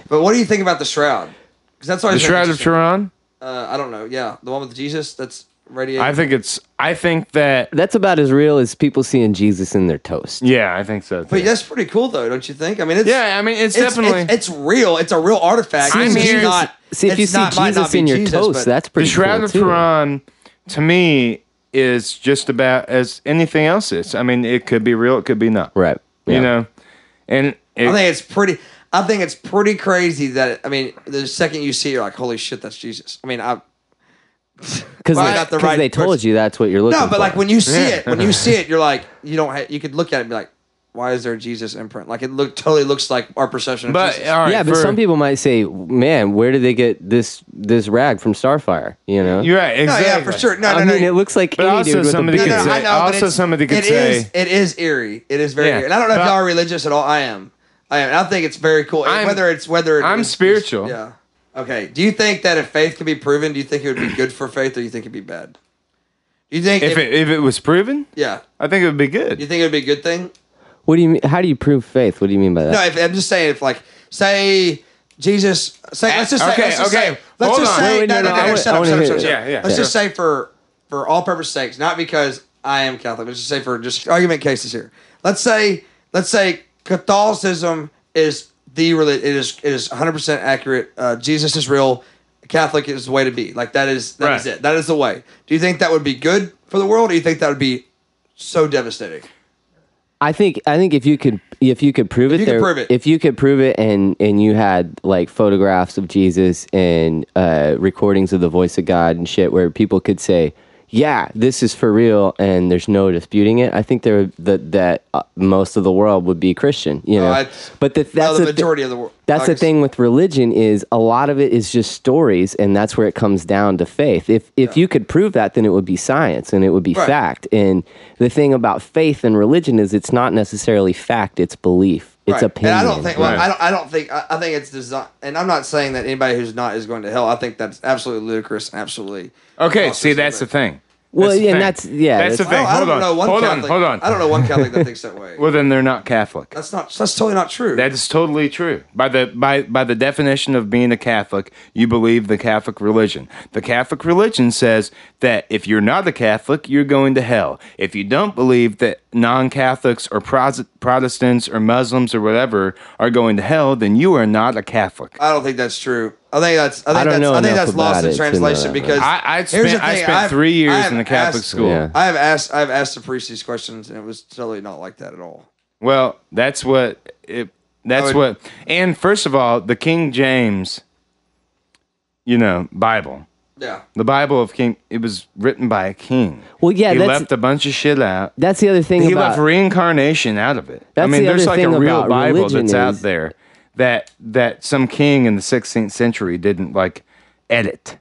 [SPEAKER 2] but what do you think about the shroud? Because that's
[SPEAKER 3] The
[SPEAKER 2] always
[SPEAKER 3] Shroud of Turin.
[SPEAKER 2] Uh, I don't know. Yeah, the one with Jesus. That's radiating.
[SPEAKER 3] I think it's. I think that.
[SPEAKER 1] That's about as real as people seeing Jesus in their toast.
[SPEAKER 3] Yeah, I think so.
[SPEAKER 2] but
[SPEAKER 3] too.
[SPEAKER 2] that's pretty cool, though, don't you think? I mean, it's
[SPEAKER 3] yeah, I mean, it's,
[SPEAKER 2] it's,
[SPEAKER 3] definitely
[SPEAKER 2] it's, it's real. It's a real artifact.
[SPEAKER 3] I'm
[SPEAKER 2] It's
[SPEAKER 3] here-
[SPEAKER 2] not-
[SPEAKER 1] See if
[SPEAKER 2] it's
[SPEAKER 1] you see
[SPEAKER 2] not- might not
[SPEAKER 1] Jesus
[SPEAKER 2] be
[SPEAKER 1] in your
[SPEAKER 2] Jesus,
[SPEAKER 1] toast,
[SPEAKER 2] but-
[SPEAKER 1] that's
[SPEAKER 3] the
[SPEAKER 1] pretty
[SPEAKER 3] Shroud
[SPEAKER 1] cool
[SPEAKER 3] of
[SPEAKER 1] too.
[SPEAKER 3] Turin. To me, is just about as anything else is. I mean, it could be real, it could be not.
[SPEAKER 1] Right.
[SPEAKER 3] You
[SPEAKER 1] yeah.
[SPEAKER 3] know, and it,
[SPEAKER 2] I think it's pretty. I think it's pretty crazy that I mean, the second you see, it, you're like, "Holy shit, that's Jesus." I mean, I
[SPEAKER 1] Because
[SPEAKER 2] Well, I
[SPEAKER 1] they,
[SPEAKER 2] got the
[SPEAKER 1] 'cause
[SPEAKER 2] right
[SPEAKER 1] they told
[SPEAKER 2] person.
[SPEAKER 1] you that's what you're looking
[SPEAKER 2] no,
[SPEAKER 1] for.
[SPEAKER 2] but like when you see it, when you see it, you're like, you don't. Ha- you could look at it and be like, "Why is there a Jesus imprint?" Like it look totally looks like our perception. Of
[SPEAKER 3] but uh,
[SPEAKER 2] Jesus.
[SPEAKER 3] all right,
[SPEAKER 1] yeah, but
[SPEAKER 3] for-
[SPEAKER 1] some people might say, "Man, where did they get this this rag from Starfire?" You know.
[SPEAKER 3] You're right.
[SPEAKER 2] no,
[SPEAKER 3] Exactly.
[SPEAKER 2] yeah, for sure. No,
[SPEAKER 1] I
[SPEAKER 2] no,
[SPEAKER 1] mean,
[SPEAKER 2] no.
[SPEAKER 1] it looks like
[SPEAKER 3] But
[SPEAKER 1] any
[SPEAKER 3] also
[SPEAKER 1] dude with a
[SPEAKER 3] somebody
[SPEAKER 1] big
[SPEAKER 3] could
[SPEAKER 2] no, no,
[SPEAKER 3] say-
[SPEAKER 2] I know, but
[SPEAKER 3] also
[SPEAKER 2] it's-
[SPEAKER 3] somebody could
[SPEAKER 2] it is-
[SPEAKER 3] say-
[SPEAKER 2] it is eerie. It is very
[SPEAKER 3] Yeah.
[SPEAKER 2] eerie. And I don't know if
[SPEAKER 3] But-
[SPEAKER 2] y'all are religious at all. I am. I am. And I think it's very cool. And
[SPEAKER 3] I'm-
[SPEAKER 2] whether it's whether it
[SPEAKER 3] I'm
[SPEAKER 2] is-
[SPEAKER 3] spiritual.
[SPEAKER 2] Yeah. Okay. Do you think that if faith could be proven, do you think it would be good for faith, or you think it'd be bad? Do you think
[SPEAKER 3] If it, if it was proven,
[SPEAKER 2] yeah?
[SPEAKER 3] I think it would be good.
[SPEAKER 2] You think it would be a good thing?
[SPEAKER 1] What do you mean? How do you prove faith? What do you mean by that?
[SPEAKER 2] No, if, I'm just saying if like say Jesus say let's just say
[SPEAKER 3] Okay,
[SPEAKER 2] let's just
[SPEAKER 3] okay.
[SPEAKER 2] say, let's
[SPEAKER 3] Hold
[SPEAKER 2] just
[SPEAKER 3] on.
[SPEAKER 2] say
[SPEAKER 1] Wait, wait,
[SPEAKER 2] no
[SPEAKER 1] no,
[SPEAKER 2] no no,
[SPEAKER 1] no, I
[SPEAKER 2] no,
[SPEAKER 1] wanna-
[SPEAKER 2] shut
[SPEAKER 1] I
[SPEAKER 2] up,
[SPEAKER 1] wanna
[SPEAKER 2] shut up,
[SPEAKER 1] hear
[SPEAKER 2] shut up,
[SPEAKER 1] it.
[SPEAKER 2] shut up.
[SPEAKER 3] Yeah, yeah,
[SPEAKER 2] let's
[SPEAKER 3] sure.
[SPEAKER 2] just say for for all purpose sakes, not because I am Catholic, let's just say for just argument cases here. Let's say let's say Catholicism is the religion it is it is 100 percent accurate. Uh, Jesus is real. Catholic is the way to be. Like that is that is
[SPEAKER 3] Right.
[SPEAKER 2] it. That is the way. Do you think that would be good for the world? Or do you think that would be so devastating.
[SPEAKER 1] I think I think if you could if you could prove it,
[SPEAKER 2] you could
[SPEAKER 1] there-
[SPEAKER 2] prove it.
[SPEAKER 1] if you could prove it, and and you had like photographs of Jesus and uh, recordings of the voice of God and shit, where people could say, "Yeah, this is for real," and there's no disputing it. I think there would- that that uh, most of the world would be Christian, you know.
[SPEAKER 2] Oh, it's-
[SPEAKER 1] but the, that's
[SPEAKER 2] Now, the
[SPEAKER 1] the thi-
[SPEAKER 2] majority of the world.
[SPEAKER 1] that's the
[SPEAKER 2] August.
[SPEAKER 1] thing with religion is a lot of it is just stories and that's where it comes down to faith if if you could prove that then it would be science and it would be
[SPEAKER 2] Right.
[SPEAKER 1] fact and the thing about faith and religion is it's not necessarily fact it's belief it's
[SPEAKER 2] Right.
[SPEAKER 1] opinion
[SPEAKER 2] And I don't think. Well,
[SPEAKER 3] Right.
[SPEAKER 2] I don't. I don't think. I, I think it's design. And I'm not saying that anybody who's not is going to hell. I think that's absolutely ludicrous. and Absolutely.
[SPEAKER 3] Okay,
[SPEAKER 2] preposterous
[SPEAKER 3] see, that's the
[SPEAKER 2] that.
[SPEAKER 3] thing.
[SPEAKER 1] Well,
[SPEAKER 3] the
[SPEAKER 1] yeah, and
[SPEAKER 3] thing.
[SPEAKER 1] that's- yeah,
[SPEAKER 3] That's the
[SPEAKER 1] that's-
[SPEAKER 2] I
[SPEAKER 3] thing.
[SPEAKER 2] don't, I
[SPEAKER 3] Hold
[SPEAKER 2] don't
[SPEAKER 3] on,
[SPEAKER 2] know one
[SPEAKER 3] hold on,
[SPEAKER 2] Catholic.
[SPEAKER 3] hold on.
[SPEAKER 2] I don't know one Catholic that thinks that way.
[SPEAKER 3] Well, then they're not Catholic.
[SPEAKER 2] that's not. That's totally not true.
[SPEAKER 3] That is totally true. By the by by the definition of being a Catholic, you believe the Catholic religion. The Catholic religion says that if you're not a Catholic, you're going to hell. If you don't believe that non-Catholics or Pros- Protestants or Muslims or whatever are going to hell, then you are not a Catholic.
[SPEAKER 2] I don't think that's true. I think that's. I think
[SPEAKER 1] I don't
[SPEAKER 2] that's.
[SPEAKER 1] know
[SPEAKER 2] I think
[SPEAKER 1] enough
[SPEAKER 2] that's lost
[SPEAKER 1] about
[SPEAKER 2] in
[SPEAKER 1] it to know
[SPEAKER 2] translation
[SPEAKER 1] that,
[SPEAKER 2] because
[SPEAKER 3] I, I
[SPEAKER 2] here's the
[SPEAKER 3] spent I
[SPEAKER 2] thing,
[SPEAKER 3] spent
[SPEAKER 2] I've-
[SPEAKER 3] three years
[SPEAKER 2] I've
[SPEAKER 3] in the Catholic
[SPEAKER 2] asked-
[SPEAKER 3] school.
[SPEAKER 1] Yeah.
[SPEAKER 2] I have asked. I've asked the priest these questions, and it was totally not like that at all.
[SPEAKER 3] Well, that's what it. That's
[SPEAKER 2] I would-
[SPEAKER 3] what. And first of all, the King James, you know, Bible.
[SPEAKER 2] Yeah.
[SPEAKER 3] The Bible of King. It was written by a king.
[SPEAKER 1] Well, yeah,
[SPEAKER 3] he
[SPEAKER 1] that's-
[SPEAKER 3] left a bunch of shit out.
[SPEAKER 1] that's the other thing
[SPEAKER 3] He
[SPEAKER 1] about
[SPEAKER 3] left reincarnation out of it. I
[SPEAKER 1] That's
[SPEAKER 3] mean,
[SPEAKER 1] the
[SPEAKER 3] there's
[SPEAKER 1] other
[SPEAKER 3] like a
[SPEAKER 1] thing
[SPEAKER 3] real
[SPEAKER 1] about
[SPEAKER 3] Bible
[SPEAKER 1] religion
[SPEAKER 3] that's out
[SPEAKER 1] is-
[SPEAKER 3] there that that some king in the 16th century didn't like edit.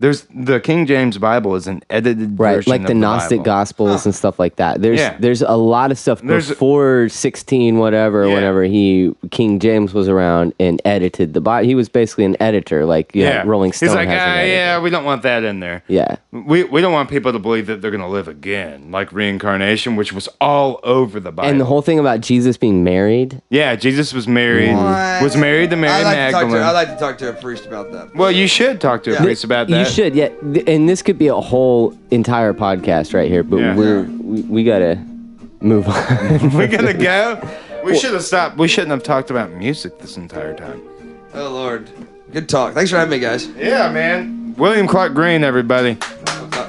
[SPEAKER 3] There's the King James Bible is an edited
[SPEAKER 1] right
[SPEAKER 3] version
[SPEAKER 1] like
[SPEAKER 3] of
[SPEAKER 1] the, gnostic
[SPEAKER 3] Bible.
[SPEAKER 1] gospels and stuff like that there's
[SPEAKER 3] Yeah.
[SPEAKER 1] there's a lot of stuff
[SPEAKER 3] There's-
[SPEAKER 1] before 16 whatever
[SPEAKER 3] Yeah.
[SPEAKER 1] whenever he king james was around and edited the bible he was basically an editor like yeah, rolling stone
[SPEAKER 3] He's like,
[SPEAKER 1] has an
[SPEAKER 3] ah,
[SPEAKER 1] editor."
[SPEAKER 3] yeah, we don't want that in there.
[SPEAKER 1] yeah
[SPEAKER 3] We, we don't want people to believe that they're going to live again, like reincarnation, which was all over the Bible.
[SPEAKER 1] and the whole thing about Jesus being married.
[SPEAKER 3] yeah, Jesus was married, was married to Mary
[SPEAKER 2] I like to talk
[SPEAKER 3] Magdalene.
[SPEAKER 2] to. I like to talk to a priest about that.
[SPEAKER 3] well, you should talk to a
[SPEAKER 2] Yeah.
[SPEAKER 3] priest about that.
[SPEAKER 1] You should, yeah. th- And this could be a whole entire podcast right here, but
[SPEAKER 3] Yeah.
[SPEAKER 1] we're we, we gotta move on.
[SPEAKER 3] We're gonna go. We should have stopped. We shouldn't have talked about music this entire time.
[SPEAKER 2] Oh Lord, good talk. Thanks for having me, guys. Uh,
[SPEAKER 3] Yeah, man. William Clark Green, everybody.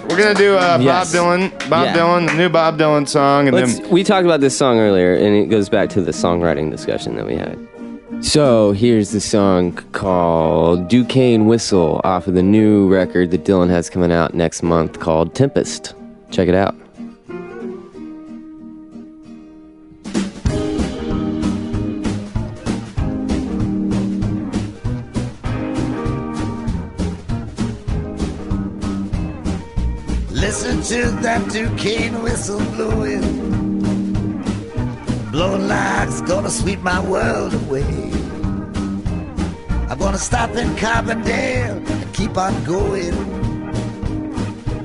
[SPEAKER 3] We're gonna do uh,
[SPEAKER 1] Yes.
[SPEAKER 3] Bob Dylan, Bob
[SPEAKER 1] Yeah.
[SPEAKER 3] Dylan, the new Bob Dylan song, and
[SPEAKER 1] Let's,
[SPEAKER 3] then
[SPEAKER 1] we talked about this song earlier, and it goes back to the songwriting discussion that we had. So here's the song called Duquesne Whistle off of the new record that Dylan has coming out next month called Tempest. Check it out.
[SPEAKER 5] Listen to that Duquesne whistle blowing. Blowing like it's gonna sweep my world away. I'm gonna stop in Carbondale and keep on going.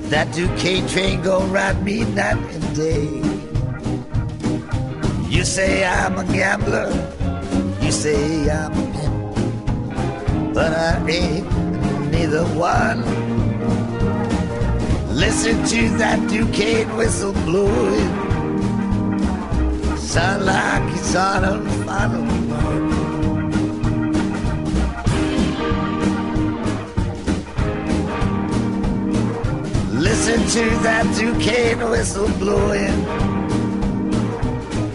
[SPEAKER 5] That Duquesne train gonna ride me night and day. You say I'm a gambler, you say I'm a pimp, but I ain't neither one. Listen to that Duquesne whistle blowing. Sound like it's on a final run. Listen to that Duquesne whistle blowing.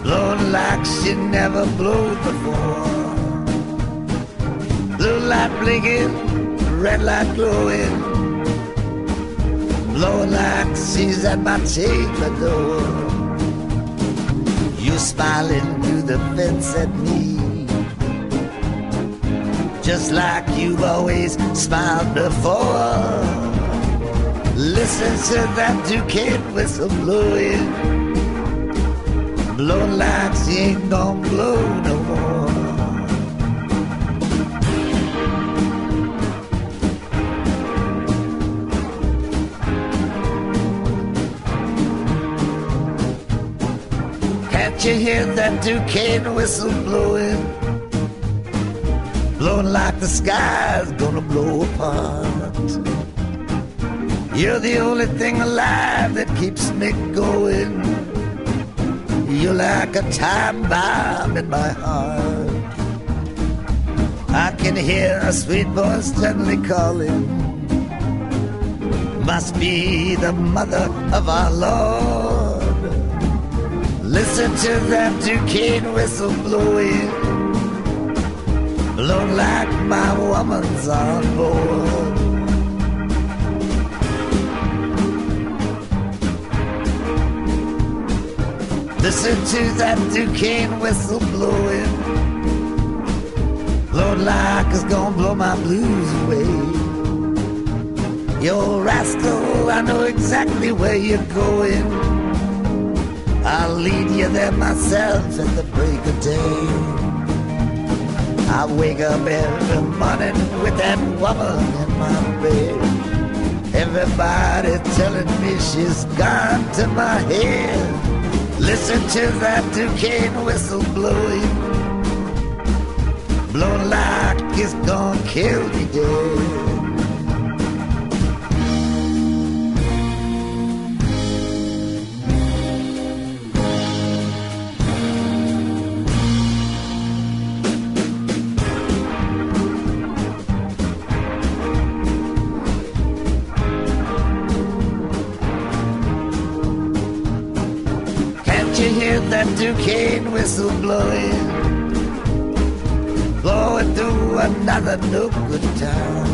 [SPEAKER 5] Blowing like she never blew before. Blue light blinking, red light glowing. Blowing like seas at my chamber door. You smiling through the fence at me. Just like you've always smiled before. Listen to that Duquesne whistle blowing. Blowing like she ain't gonna blow no more. Can't you hear that Duquesne whistle blowing? Blowing like the sky's gonna blow apart. You're the only thing alive that keeps me going. You're like a time bomb in my heart. I can hear a sweet voice gently calling. Must be the mother of our Lord. Listen to that Duquesne whistle blowing. Look like my woman's on board. Listen to that Duquesne whistle blowing. Lord, like it's gonna blow my blues away. Yo, rascal, I know exactly where you're going. I'll lead you there myself at the break of day. I wake up every morning with that woman in my bed. Everybody telling me she's gone to my head. Listen to that Duquesne whistle blowing. Blow like it's gonna kill me dead. Can't you hear that Duquesne whistle blowing? Blowing through another no good town.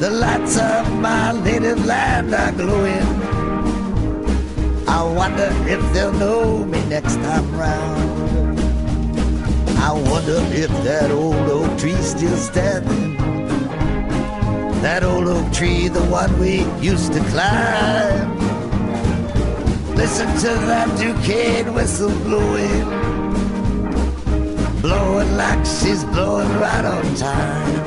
[SPEAKER 5] The lights of my native land are glowing. I wonder if they'll know me next time round. I wonder if that old oak tree's still standing. That old oak tree, the one we used to climb. Listen to that Duquesne whistle blowing. Blowing like she's blowing right on time.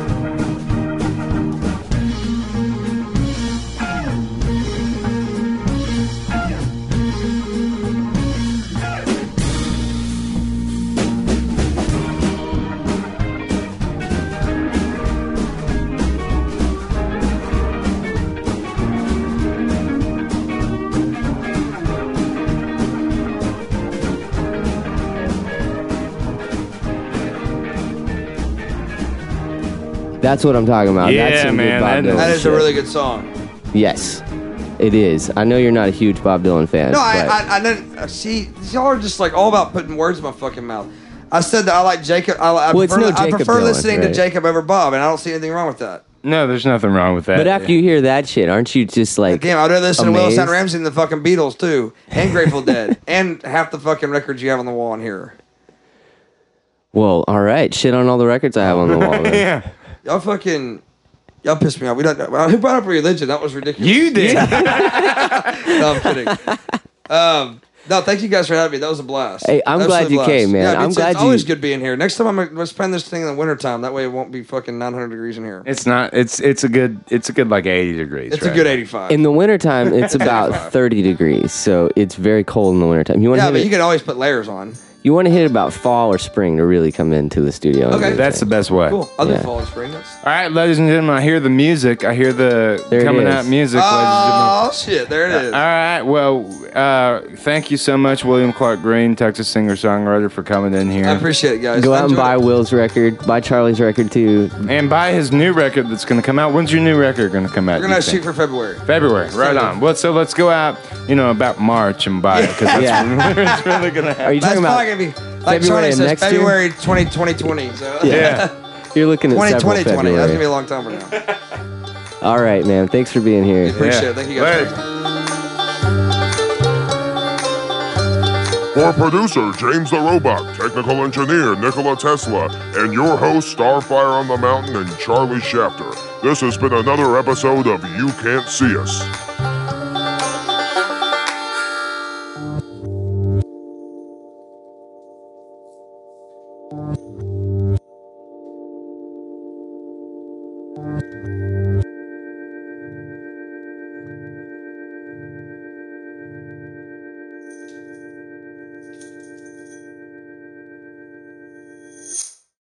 [SPEAKER 1] That's what I'm talking about.
[SPEAKER 3] Yeah,
[SPEAKER 1] That's some good
[SPEAKER 3] man,
[SPEAKER 1] Bob
[SPEAKER 3] that-
[SPEAKER 1] Dylan
[SPEAKER 2] That is a
[SPEAKER 1] shit.
[SPEAKER 2] really good song.
[SPEAKER 1] Yes, it is. I know you're not a huge Bob Dylan fan.
[SPEAKER 2] No, I,
[SPEAKER 1] but-
[SPEAKER 2] I, I didn't. uh, See, y'all are just like all about putting words in my fucking mouth. I said that I like Jacob. I, I
[SPEAKER 1] Well, it's
[SPEAKER 2] prefer,
[SPEAKER 1] no
[SPEAKER 2] I
[SPEAKER 1] Jacob
[SPEAKER 2] prefer
[SPEAKER 1] Dylan,
[SPEAKER 2] listening
[SPEAKER 1] right?
[SPEAKER 2] to Jacob over Bob, and I don't see anything wrong with that.
[SPEAKER 3] No, there's nothing wrong with that.
[SPEAKER 1] But after you hear that shit, aren't you just like
[SPEAKER 2] Damn, I'd rather listen to Willis
[SPEAKER 1] amazed?
[SPEAKER 2] and Ramsey than the fucking Beatles too, and Grateful Dead, and half the fucking records you have on the wall in here.
[SPEAKER 1] Well, all right, shit on all the records I have on the wall. then.
[SPEAKER 3] yeah,
[SPEAKER 2] Y'all fucking. Y'all pissed me off. We don't. well, Who brought up religion? That was ridiculous.
[SPEAKER 3] you did.
[SPEAKER 2] No, I'm kidding. um, no, thank you guys for having me. That was a blast.
[SPEAKER 1] Hey, I'm glad you came, man.
[SPEAKER 2] Yeah,
[SPEAKER 1] I'm
[SPEAKER 2] it's,
[SPEAKER 1] glad
[SPEAKER 2] it's always
[SPEAKER 1] you-
[SPEAKER 2] good being here. Next time I'm gonna let's plan this thing in the wintertime. That way it won't be fucking 900 degrees in here.
[SPEAKER 3] It's not. It's it's a good. It's a good like eighty degrees.
[SPEAKER 2] It's
[SPEAKER 3] right?
[SPEAKER 2] a good 85.
[SPEAKER 1] In the wintertime, it's about 30 degrees, so it's very cold in the wintertime. You want to
[SPEAKER 2] yeah, but
[SPEAKER 1] hit
[SPEAKER 2] you
[SPEAKER 1] it,
[SPEAKER 2] can always put layers on.
[SPEAKER 1] you want to hit it about fall or spring to really come into the studio. and
[SPEAKER 2] Okay.
[SPEAKER 1] do your
[SPEAKER 3] That's the
[SPEAKER 1] thing.
[SPEAKER 3] best way.
[SPEAKER 2] Cool. I'll
[SPEAKER 1] Yeah.
[SPEAKER 2] do fall and spring. That's...
[SPEAKER 3] All right, ladies and gentlemen, I hear the music. I hear the
[SPEAKER 1] There it
[SPEAKER 3] coming
[SPEAKER 1] is.
[SPEAKER 3] out music.
[SPEAKER 2] Oh, shit. There it
[SPEAKER 1] Uh,
[SPEAKER 3] ladies and
[SPEAKER 2] is.
[SPEAKER 3] gentlemen. All right. Well, uh, thank you so much, William Clark Green, Texas singer songwriter, for coming in here.
[SPEAKER 2] I appreciate it, guys.
[SPEAKER 1] Go
[SPEAKER 2] I
[SPEAKER 1] out and
[SPEAKER 2] enjoyed
[SPEAKER 1] buy
[SPEAKER 2] it.
[SPEAKER 1] Will's record, buy Charlie's record too.
[SPEAKER 3] and buy his new record that's going to come out. When's your new record going to come out?
[SPEAKER 2] We're
[SPEAKER 3] you
[SPEAKER 2] going to
[SPEAKER 3] think?
[SPEAKER 2] shoot for February.
[SPEAKER 3] February. Right on. Well, so let's go out. You know, about March and buy it because
[SPEAKER 1] Yeah.
[SPEAKER 3] it's really going to happen.
[SPEAKER 1] Are you
[SPEAKER 2] That's
[SPEAKER 1] talking
[SPEAKER 2] probably
[SPEAKER 1] about?
[SPEAKER 2] going to be, like
[SPEAKER 1] February
[SPEAKER 2] Charlie
[SPEAKER 1] of
[SPEAKER 2] says,
[SPEAKER 1] next year?
[SPEAKER 2] February 20, 2020. So.
[SPEAKER 3] Yeah.
[SPEAKER 1] You're looking at
[SPEAKER 2] 20, 20, 20.
[SPEAKER 1] several
[SPEAKER 2] That's going to be
[SPEAKER 1] February.
[SPEAKER 2] a long time from now.
[SPEAKER 1] All right, man. Thanks for being here.
[SPEAKER 2] Appreciate
[SPEAKER 3] Yeah.
[SPEAKER 2] it. Thank you guys.
[SPEAKER 3] Later.
[SPEAKER 2] for
[SPEAKER 4] For producer James the Robot, technical engineer Nikola Tesla, and your host Starfire on the Mountain and Charlie Shafter, this has been another episode of You Can't See Us.